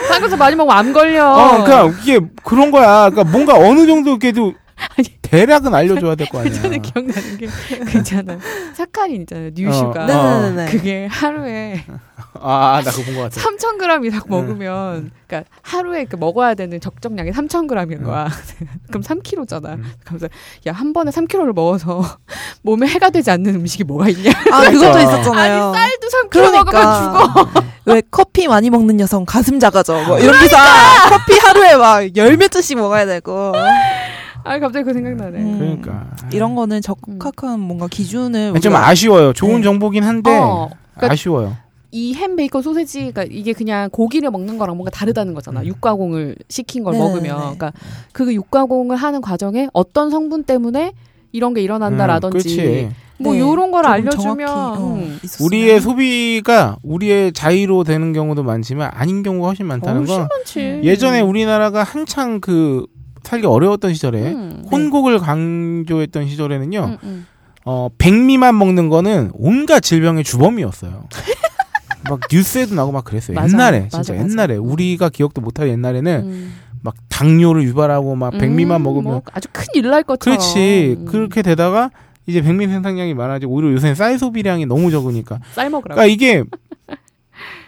A: 닭가슴 많이 먹으면 암 걸려.
C: 어, 그러니까 이게 그런 거야. 그러니까 뭔가 어느 정도 그래도
A: 아니.
C: 대략은 알려줘야 될 거 아니야.
A: 저는 기억나는 게 그잖아 사카린 있잖아요 뉴슈가
C: 어.
B: 네네네.
A: 그게 하루에
C: 아, 나 그거 본 거 같아.
A: 3,000g 이상
B: 네.
A: 먹으면, 그러니까 하루에 그 먹어야 되는 적정량이
B: 음.
A: 3,000g인 거야. 그럼 3kg잖아.
C: 음.
A: 그러면서 야 한 번에 3kg를 먹어서 몸에 해가 되지 않는 음식이 뭐가 있냐?
B: 아 그것도
C: 그러니까.
B: 있었잖아요.
A: 쌀도 3kg 먹으면 죽어.
B: 그러니까 왜 커피 많이 먹는 여성 가슴 작아져 뭐 이런 기사 커피 하루에 막 열 몇 잔씩 먹어야 되고
A: 아 갑자기 그 생각나네.
B: 음.
C: 그러니까
B: 이런 거는 적확한
A: 음.
B: 뭔가 기준을
C: 좀
B: 우리가-
C: 아쉬워요. 좋은
B: 네.
C: 정보긴 한데
A: 네, 어, 그러니까-
C: 아쉬워요.
A: 이 햄 베이컨 소세지가 이게 그냥 고기를 먹는 거랑 뭔가 다르다는 거잖아.
C: 음.
A: 육가공을 시킨 걸
B: 네,
A: 먹으면,
B: 네.
A: 그러니까 그 육가공을 하는 과정에 어떤 성분 때문에 이런 게
C: 음,
A: 일어난다라든지
C: 그렇지.
A: 뭐
B: 네,
A: 요런 걸
B: 좀
A: 알려주면
B: 정확히, 어,
A: 음.
B: 있었으면.
C: 우리의 소비가 우리의 자의로 되는 경우도 많지만 아닌 경우가 훨씬 많다는
A: 훨씬
C: 건
A: 많지.
C: 예전에 우리나라가 한창 그 살기 어려웠던 시절에
A: 음.
C: 네, 혼곡을 강조했던 시절에는요
A: 음, 음.
C: 어 백미만 먹는 거는 온갖 질병의 주범이었어요. 막 뉴스에도 나고 막 그랬어요.
A: 맞아,
C: 옛날에
A: 맞아,
C: 진짜
A: 맞아.
C: 옛날에 우리가 기억도 못할 옛날에는
A: 음.
C: 막 당뇨를 유발하고 막 네, 백미만
A: 음,
C: 먹으면
A: 뭐 아주 큰일 날 것처럼
C: 그렇지
A: 음,
C: 그렇게 되다가 이제 백미 생산량이 많아지고 오히려 요새 쌀 소비량이 너무 적으니까
A: 음. 쌀 먹으라고
C: 그러니까 이게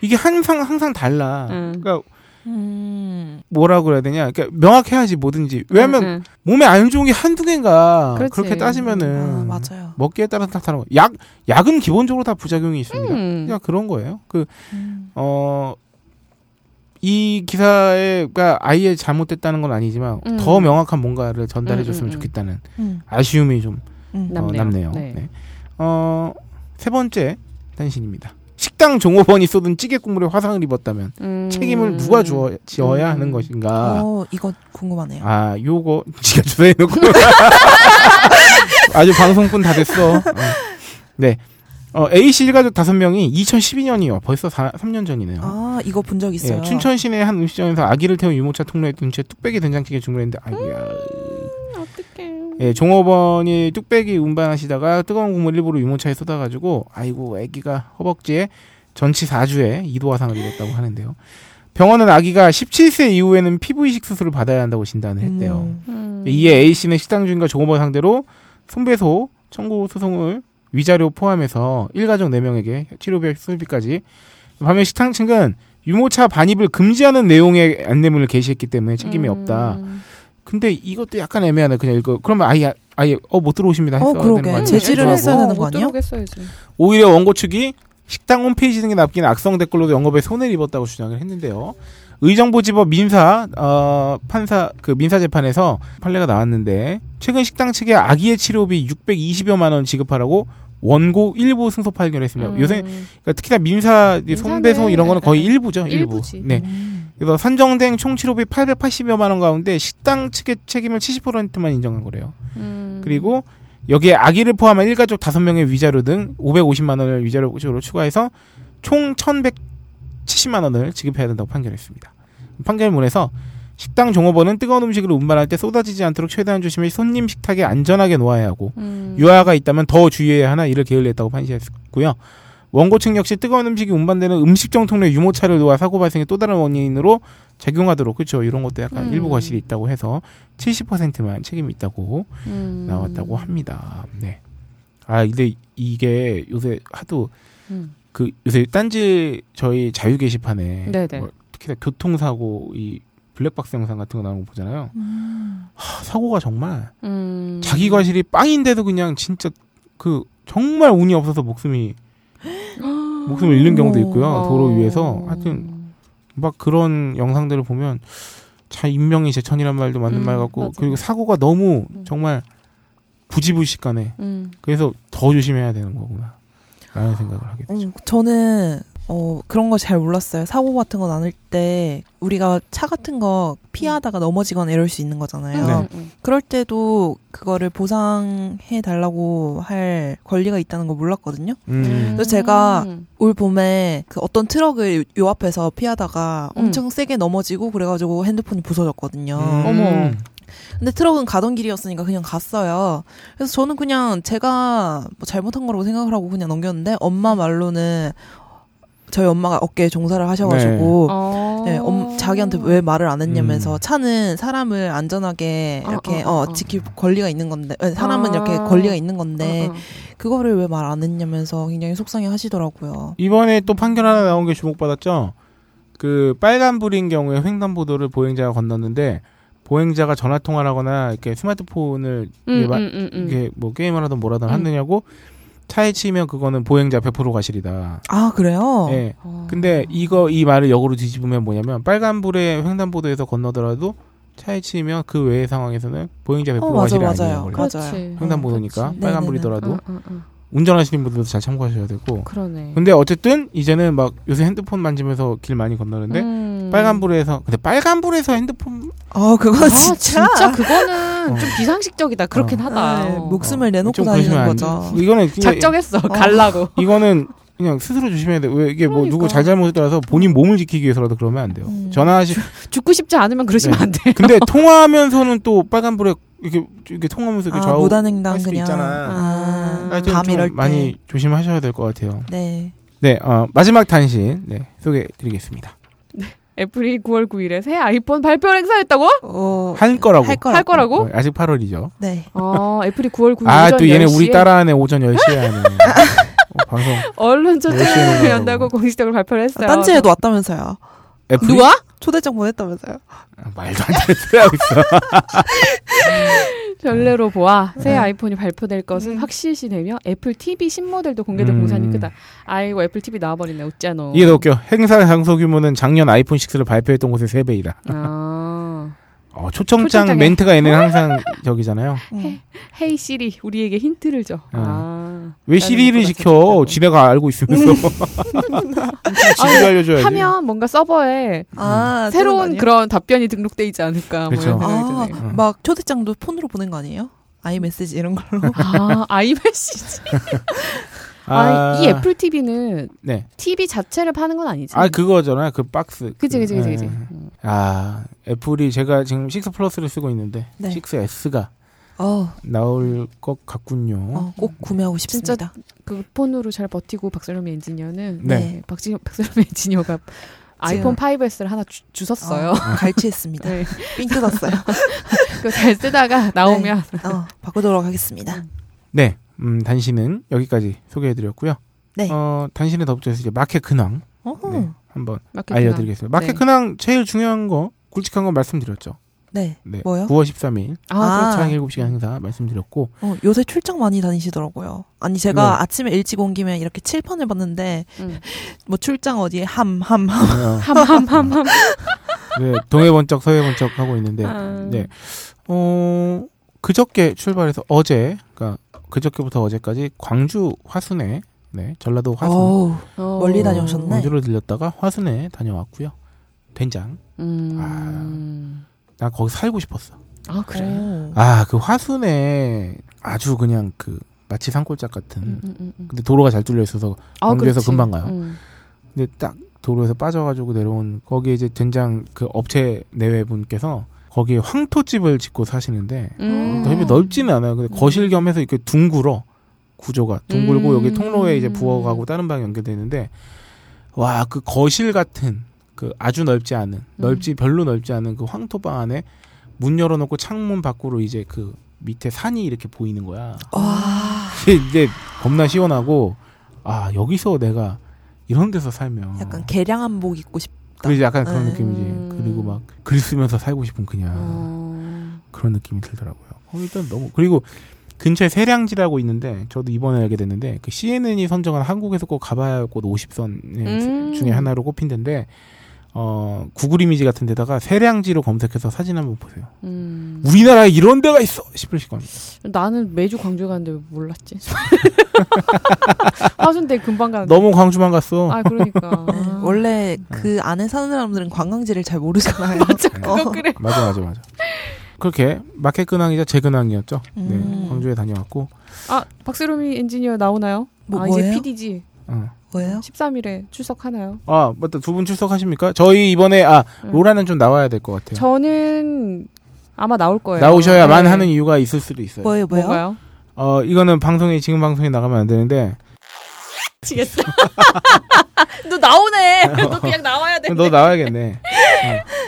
C: 이게 항상 항상 달라.
A: 응.
C: 그러니까
B: 음.
C: 뭐라고 그래야 되냐. 그러니까 명확해야지 뭐든지. 왜냐면
A: 응,
C: 몸에 안 좋은 게 한두 개인가.
A: 그렇지.
C: 그렇게
B: 아
C: 따지면은 뭐
B: 맞아요.
C: 먹기에 따라서 다 다른 거. 약 약은 기본적으로 다 부작용이 있습니다.
A: 응.
C: 그냥 그런 거예요.
B: 음,
C: 그어이 기사가 그러니까 아예 잘못됐다는 건 아니지만
A: 음.
C: 더 명확한 뭔가를 전달해
A: 음, 음,
C: 줬으면
A: 음.
C: 좋겠다는
B: 음.
C: 아쉬움이 좀
B: 음.
A: 남네요.
C: 어, 남네요.
A: 네.
C: 네. 어, 세 번째 단신입니다. 식당 종업원이 쏟은 찌개 국물에 화상을 입었다면
A: 음.
C: 책임을 누가 주어, 지어야
A: 음.
C: 하는 것인가?
B: 어 이거 궁금하네요.
C: 아, 요거 지가 주사해놓고 아주 방송꾼 다 됐어. 어. 네. 어, A 씨 일가족 다섯 명이 2012년이요. 벌써 3년 전이네요.
B: 아 이거 본 적 있어요.
C: 예, 춘천 시내 한 음식점에서 아기를 태운 유모차 통로에 둔 채 뚝배기 된장찌개 주문했는데 아이야.
A: 어떡해
C: 예, 종업원이 뚝배기 운반하시다가 뜨거운 국물 일부러 유모차에 쏟아가지고 아이고 아기가 허벅지에 전치 4주에 이도화상을 입었다고 하는데요. 병원은 아기가 17세 이후에는 PV6 수술을 받아야 한다고 진단을 했대요.
B: 음.
A: 음.
C: 이에 A 씨는 식당 주인과 종업원 상대로 손배소 청구 소송을 위자료 포함해서 1가족 4명에게 치료비와 수술비까지 반면 식당 측은 유모차 반입을 금지하는 내용의 안내문을 게시했기 때문에 책임이 없다.
A: 음.
C: 근데 이것도 약간 애매하네. 그냥 읽어. 그러면 아예 아예 어 못 들어오십니다.
B: 어,
C: 했어야 되는
B: 그러게.
C: 거 아니에요?
B: 제지를
A: 애초에
B: 했어야
A: 뭐
B: 되는 거
A: 못
B: 아니야?
A: 들어오겠어야지.
C: 오히려 원고 측이 식당 홈페이지 등에 남긴 악성 댓글로도 영업에 손해를 입었다고 주장을 했는데요. 의정부지법 민사 어, 판사 그 민사 재판에서 판례가 나왔는데 최근 식당 측에 아기의 치료비 620여만 원 지급하라고 원고 일부 승소 판결했습니다.
A: 음.
C: 요새 그러니까 특히나 민사 이 손배소 이런 거는 거의 일부죠. 일부.
A: 일부지.
C: 네. 그래서 선정된 총 치료비 880여만 원 가운데 식당 측의 책임을 70%만 인정한 거래요.
A: 음.
C: 그리고 여기에 아기를 포함한 1가족 5명의 위자료 등 550만 원을 위자료로 추가해서 총 1170만 원을 지급해야 된다고 판결했습니다. 판결문에서 식당 종업원은 뜨거운 음식을 운반할 때 쏟아지지 않도록 최대한 조심해 손님 식탁에 안전하게 놓아야 하고
A: 음.
C: 유아가 있다면 더 주의해야 하나 이를 게을렀다고 판시했고요. 원고 측 역시 뜨거운 음식이 운반되는 음식점 통로에 유모차를 놓아 사고 발생의 또 다른 원인으로 작용하도록 그렇죠. 이런 것도 약간
A: 음.
C: 일부 과실이 있다고 해서 70%만 책임이 있다고
A: 음.
C: 나왔다고 합니다. 네. 아 근데 이게 요새 하도
A: 음.
C: 그 요새 딴지 저희 자유 게시판에
A: 네네.
C: 뭐 특히나 교통사고 이 블랙박스 영상 같은 거 나오는 거 보잖아요. 하, 사고가 정말
A: 음.
C: 자기 과실이 빵인데도 그냥 진짜 그 정말 운이 없어서 목숨이 목숨을 잃는 경우도 있고요.
A: 어.
C: 도로 위에서 하여튼 막 그런 영상들을 보면 참 인명이 제천이란 말도 맞는
A: 음,
C: 말 같고
A: 맞아요.
C: 그리고 사고가 너무
A: 음.
C: 정말 부지불식간에
A: 음.
C: 그래서 더 조심해야 되는 거구나. 라는 생각을 하게 되죠.
B: 음, 저는 어, 그런 거 잘 몰랐어요. 사고 같은 거 나눌 때 우리가 차 같은 거 피하다가 넘어지거나 이럴 수 있는 거잖아요.
C: 네.
A: 음.
B: 그럴 때도 그거를 보상해 달라고 할 권리가 있다는 거 몰랐거든요.
C: 음.
B: 그래서 제가
A: 음.
B: 올 봄에 그 어떤 트럭을 요- 요 앞에서 피하다가
A: 음.
B: 엄청 세게 넘어지고 그래가지고 핸드폰이 부서졌거든요.
C: 음.
A: 어머.
B: 근데 트럭은 가던 길이었으니까 그냥 갔어요. 그래서 저는 그냥 제가 뭐 잘못한 거라고 생각을 하고 그냥 넘겼는데 엄마 말로는 저희 엄마가 어깨에 종사를 하셔가지고
A: 어.
B: 네, 엄- 자기한테 왜 말을 안 했냐면서
C: 음.
B: 차는 사람을 안전하게
A: 어,
B: 이렇게
A: 어, 어,
B: 어,
A: 어.
B: 지킬 권리가 있는 건데 아니, 사람은
A: 아.
B: 이렇게 권리가 있는 건데
A: 어, 어.
B: 그거를 왜 말 안 했냐면서 굉장히 속상해 하시더라고요.
C: 이번에 또 판결 하나 나온 게 주목받았죠. 그 빨간불인 경우에 횡단보도를 보행자가 건넜는데 보행자가 전화 통화를 하거나 이렇게 스마트폰을 이게, 마-
A: 음, 음.
C: 이게 뭐 게임을 하든 뭘 하든
A: 음.
C: 하느냐고 차에 치면 그거는 보행자 100% 과실이다.
B: 아 그래요?
C: 예.
A: 어.
C: 근데 이거 이 말을 역으로 뒤집으면 뭐냐면 빨간불에 횡단보도에서 건너더라도 차에 치면 그 외의 상황에서는 보행자 100%
B: 어, 맞아,
C: 과실이
B: 맞아요. 그렇죠.
C: 아니에요. 원래.
B: 맞아요.
A: 그렇지.
C: 횡단보도니까
A: 그렇지.
C: 빨간불이더라도
A: 어, 어, 어.
C: 운전하시는 분들도 잘 참고하셔야 되고
A: 그러네.
C: 근데 어쨌든 이제는 막 요새 핸드폰 만지면서 길 많이 건너는데
A: 음.
C: 빨간불에서 근데 빨간불에서 핸드폰
B: 아 그거
A: 아,
B: 진짜,
A: 진짜, 그거는
C: 어.
A: 좀 비상식적이다. 그렇긴
C: 어.
A: 하다.
B: 네,
A: 어.
B: 목숨을 내놓고
C: 좀
B: 다니는
C: 보시면 안
B: 거죠.
C: 돼. 이거는 그냥
A: 작정했어. 갈라고.
C: 이거는 그냥 스스로 조심해야 돼. 왜 이게 뭐 누구
A: 그러니까.
C: 잘잘못에 따라서 본인 몸을 지키기 위해서라도 그러면 안 돼요.
B: 음.
C: 전화하시
A: 죽고 싶지 않으면 그러시면
C: 네.
A: 안 돼.
C: 근데 통화하면서는 또 빨간불에 이렇게 이렇게 통하면서 이렇게
B: 아
C: 좌우
B: 무단횡단
C: 할 수도
B: 그냥
C: 있잖아.
B: 아,
A: 아,
C: 하여튼
B: 밤
C: 좀
B: 이럴 때
C: 많이 조심하셔야 될 것 같아요.
B: 네.
C: 네, 어, 마지막 단신 네, 소개해드리겠습니다.
A: 애플이 9월 9일에 새 아이폰 발표 행사했다고?
B: 어,
C: 할 거라고.
B: 할 거라고.
A: 할 거라고?
C: 어, 아직 8월이죠.
B: 네.
A: 어, 애플이 9월 9일
C: 아
A: 오전
C: 또 얘네
A: 10시 에
C: 우리 따라하네 오전 10시에 하네. 어, 방송
A: 언론
C: 열심히 아,
A: 초청을
C: 하더라고.
A: 연다고 공식적으로 발표를 했어요.
B: 딴지에도 왔다면서요.
C: 애플이
B: 누가? 초대장 보냈다면서요.
C: 아, 말도 안 되는 소리 하고 있어.
A: 전례로 네. 보아 새
B: 네.
A: 아이폰이 발표될 것은
B: 음.
A: 확실시 되며 애플 TV 신모델도 공개될
C: 음.
A: 공산이 크다. 아이고 애플 TV 나와버리네. 웃자노.
C: 이게 더 웃겨. 행사 장소 규모는 작년 아이폰 6를 발표했던 곳의 3배이다.
A: 아,
C: 어, 초청장
A: 초청장에.
C: 멘트가 얘는 항상 저기잖아요.
B: 음.
A: 헤이 시리 우리에게 힌트를 줘. 아.
C: 왜 시리를 시켜? 지네가 알고 있으면서. 지네가 알려줘야지.
A: 음. 하면 뭔가 서버에
B: 아
A: 새로운
B: 그런
A: 그런 답변이 등록돼 있지 않을까 뭐 이런
C: 그렇죠.
A: 생각이 드네요.
C: 드네요.
B: 아막 초대장도 폰으로 보낸 거 아니에요? 아이메시지 이런 걸로.
A: 아, 아이메시지. 아, 이 애플 TV는
C: 네.
A: TV 자체를 파는 건 아니지.
C: 아, 그거잖아요. 그 박스.
A: 그치, 그치, 그치, 음.
C: 예.
A: 그치.
C: 아, 애플이 제가 지금 6 플러스를 쓰고 있는데,
B: 네.
C: 6S가
B: 어,
C: 나올 것 같군요.
B: 어, 꼭 구매하고 싶습니다.
A: 그 폰으로 잘 버티고 박세롬 엔지니어는
C: 네.
A: 네. 박지 박세롬 엔지니어가 아이폰 5S를 하나 주, 주셨어요.
B: 어, 갈취했습니다.
A: 네.
B: 삥 뜯었어요.
A: 그거 잘 쓰다가 나오면
B: 어, 바꾸도록 하겠습니다.
C: 네, 음, 단신은 여기까지 소개해드렸고요.
B: 네.
C: 어, 단신에 덧붙여서 이제 마켓 근황
B: 어허.
C: 네. 한번
A: 마켓
C: 알려드리겠습니다.
A: 네.
C: 마켓 근황 제일 중요한 거 굵직한 거 말씀드렸죠.
B: 네.
C: 네.
B: 뭐요?
C: 9월 13일
A: 아,
B: 아.
C: 차량 7시간 행사 말씀드렸고
B: 어, 요새 출장 많이 다니시더라고요. 아니 제가
C: 네.
B: 아침에 일찍 온 김에 이렇게 칠판을 봤는데
A: 음.
B: 뭐 출장 어디에 함 함 함.
C: 어,
A: 함함함함.
C: 네, 동해번쩍 서해번쩍 하고 있는데
A: 아.
C: 네. 어, 그저께 출발해서 어제 그러니까 그저께부터 어제까지 광주 화순에 네, 전라도 화순
B: 어우,
A: 어.
B: 멀리 다녀오셨네.
C: 광주로 들렸다가 화순에 다녀왔고요. 된장. 아,
A: 음.
C: 나 거기 살고 싶었어.
A: 아, 그래요.
B: 오.
C: 아, 그 화순에 아주 그냥 그 마치 산골짝 같은
A: 음, 음, 음, 음.
C: 근데 도로가 잘 뚫려 있어서 광주에서
A: 그렇지.
C: 금방 가요.
A: 음.
C: 근데 딱 도로에서 빠져가지고 내려온 거기에 이제 된장 그 업체 내외 분께서 거기에 황토집을 짓고 사시는데
A: 음.
C: 넓이 넓지는 않아요. 근데 거실 겸해서 이렇게 둥글어 구조가 둥글고
A: 음.
C: 여기 통로에 이제 부엌하고 다른 방이 연결되는데 와 그 거실 같은 그 아주 넓지 않은 넓지 별로 넓지 않은 그 황토방 안에 문 열어놓고 창문 밖으로 이제 그 밑에 산이 이렇게 보이는 거야.
B: 와.
C: 이제 겁나 시원하고 아 여기서 내가 이런 데서 살면
B: 약간 개량한 복 입고 싶.
C: 그래 약간 그런
B: 음.
C: 느낌이지. 그리고 막 글 쓰면서 살고 싶은 그냥
A: 어.
C: 그런 느낌이 들더라고요. 어, 일단 너무 그리고 근처에 세량지라고 있는데 저도 이번에 알게 됐는데 그 CNN이 선정한 한국에서 꼭 가봐야 할 곳 50선 네,
A: 음.
C: 중에 하나로 꼽힌데인데 어 구글 이미지 같은 데다가 세량지로 검색해서 사진 한번 보세요.
A: 음.
C: 우리나라에 이런 데가 있어 싶으실 겁니다.
A: 나는 매주 광주 가는데 왜 몰랐지? 화순대 금방 가는데.
C: 너무 광주만 갔어.
A: 네. 아, 그러니까.
B: 원래 그 안에 사는 사람들은 관광지를 잘 모르잖아요. 어. 맞아.
A: 그거 그래.
C: 맞아 맞아 맞아. 그렇게 마켓 근황이자 제 근황이었죠.
B: 음.
C: 네, 광주에 다녀왔고
A: 아, 박세롬이 엔지니어 나오나요?
B: 뭐,
A: 아,
B: 뭐예요?
A: 이제 PDG
C: 어.
B: 뭐예요?
A: 13일에 출석하나요?
C: 아 맞다 두 분 출석하십니까? 저희 이번에 아
A: 음.
C: 로라는 좀 나와야 될 것 같아요. 저는
A: 아마 나올 거예요.
C: 그 나오셔야만
A: 네.
C: 하는 이유가 있을 수도 있어요.
B: 뭐예요? 뭐예요?
A: 뭔가요?
C: 어 이거는 방송에 지금 방송에 나가면 안 되는데
A: 너 나오네. 너 그냥 나와야 돼.
C: 너 나와야겠네.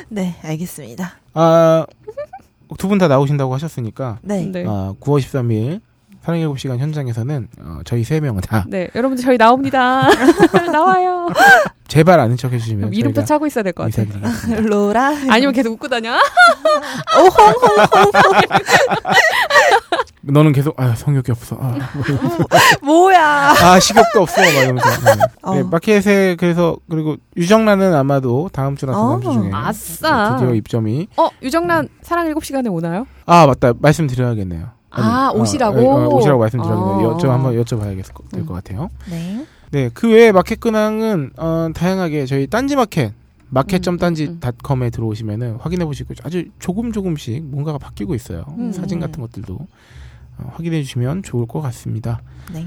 B: 네, 알겠습니다.
C: 아두 분 다 나오신다고 하셨으니까
B: 네.
A: 네.
C: 아 9월 13일 사랑 일곱 시간 현장에서는 어, 저희 세 명은 다
A: 네, 여러분들 저희 나옵니다. 나와요.
C: 제발 아는 척 해주시면
A: 그럼 이름표
C: 네, 저희가
A: 차고 있어야 될 것 같아.
C: 인사드리겠습니다. 네,
B: 로라.
A: 아니면 계속 웃고 다녀?
C: 너는 계속 아 성욕이 없어. 아, 뭐
B: 뭐야?
C: 아 식욕도 없어 막 이러면서 네.
B: 어.
C: 네, 마켓에 그래서 그리고 유정란은 아마도 다음 주나 다음 주
B: 어.
C: 중에 네,
A: 아싸.
C: 드디어 입점이
A: 어, 유정란 사랑 7시간에 오나요?
C: 아 맞다 말씀드려야겠네요
A: 아,
C: 아니,
A: 오시라고?
C: 예, 어, 오시라고 말씀드려야겠네요
A: 어.
C: 여쭤 한번 여쭤봐야겠을 것, 될것 같아요
B: 네.
C: 네 그 외에 마켓 근황은 어, 다양하게 저희 딴지 마켓
A: 음, 음.
C: 마켓.딴지닷컴에 들어오시면은 확인해 보시고 아주 조금 조금씩 뭔가가 바뀌고 있어요
A: 음.
C: 사진 같은 것들도 어, 확인해 주시면 좋을 것 같습니다
B: 네.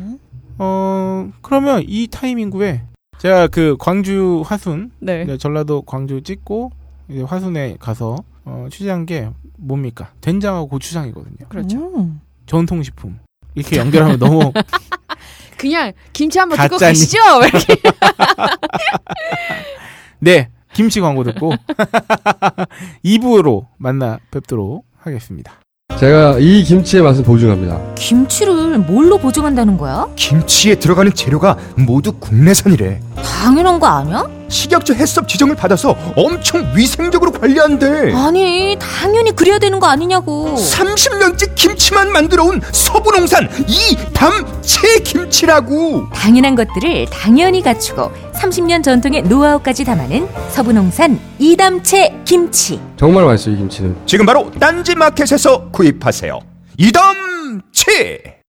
C: 어 그러면 이 타이밍구에 제가 그 광주 화순
A: 네.
C: 네, 전라도 광주 찍고 이제 화순에 가서 어, 취재한 게 뭡니까 된장하고 고추장이거든요
A: 그렇죠.
B: 음.
C: 전통식품 이렇게 연결하면 너무
A: 그냥 김치 한번
C: 가짜니.
A: 찍고 가시죠. 이렇게.
C: 네 김치 광고 듣고 2부로 만나 뵙도록 하겠습니다
G: 제가 이 김치의 맛을 보증합니다.
F: 김치를 뭘로 보증한다는 거야?
E: 김치에 들어가는 재료가 모두 국내산이래.
F: 당연한 거 아니야?
E: 식약처 해썹 지정을 받아서 엄청 위생적으로 관리한대.
F: 아니, 당연히 그래야 되는 거 아니냐고.
E: 30년째 김치만 만들어온 서부농산 이담채 김치라고.
F: 당연한 것들을 당연히 갖추고 30년 전통의 노하우까지 담아낸 서부농산 이담채 김치.
G: 정말 맛있어요, 이 김치는.
E: 지금 바로 딴지마켓에서 구입하세요. 이담채.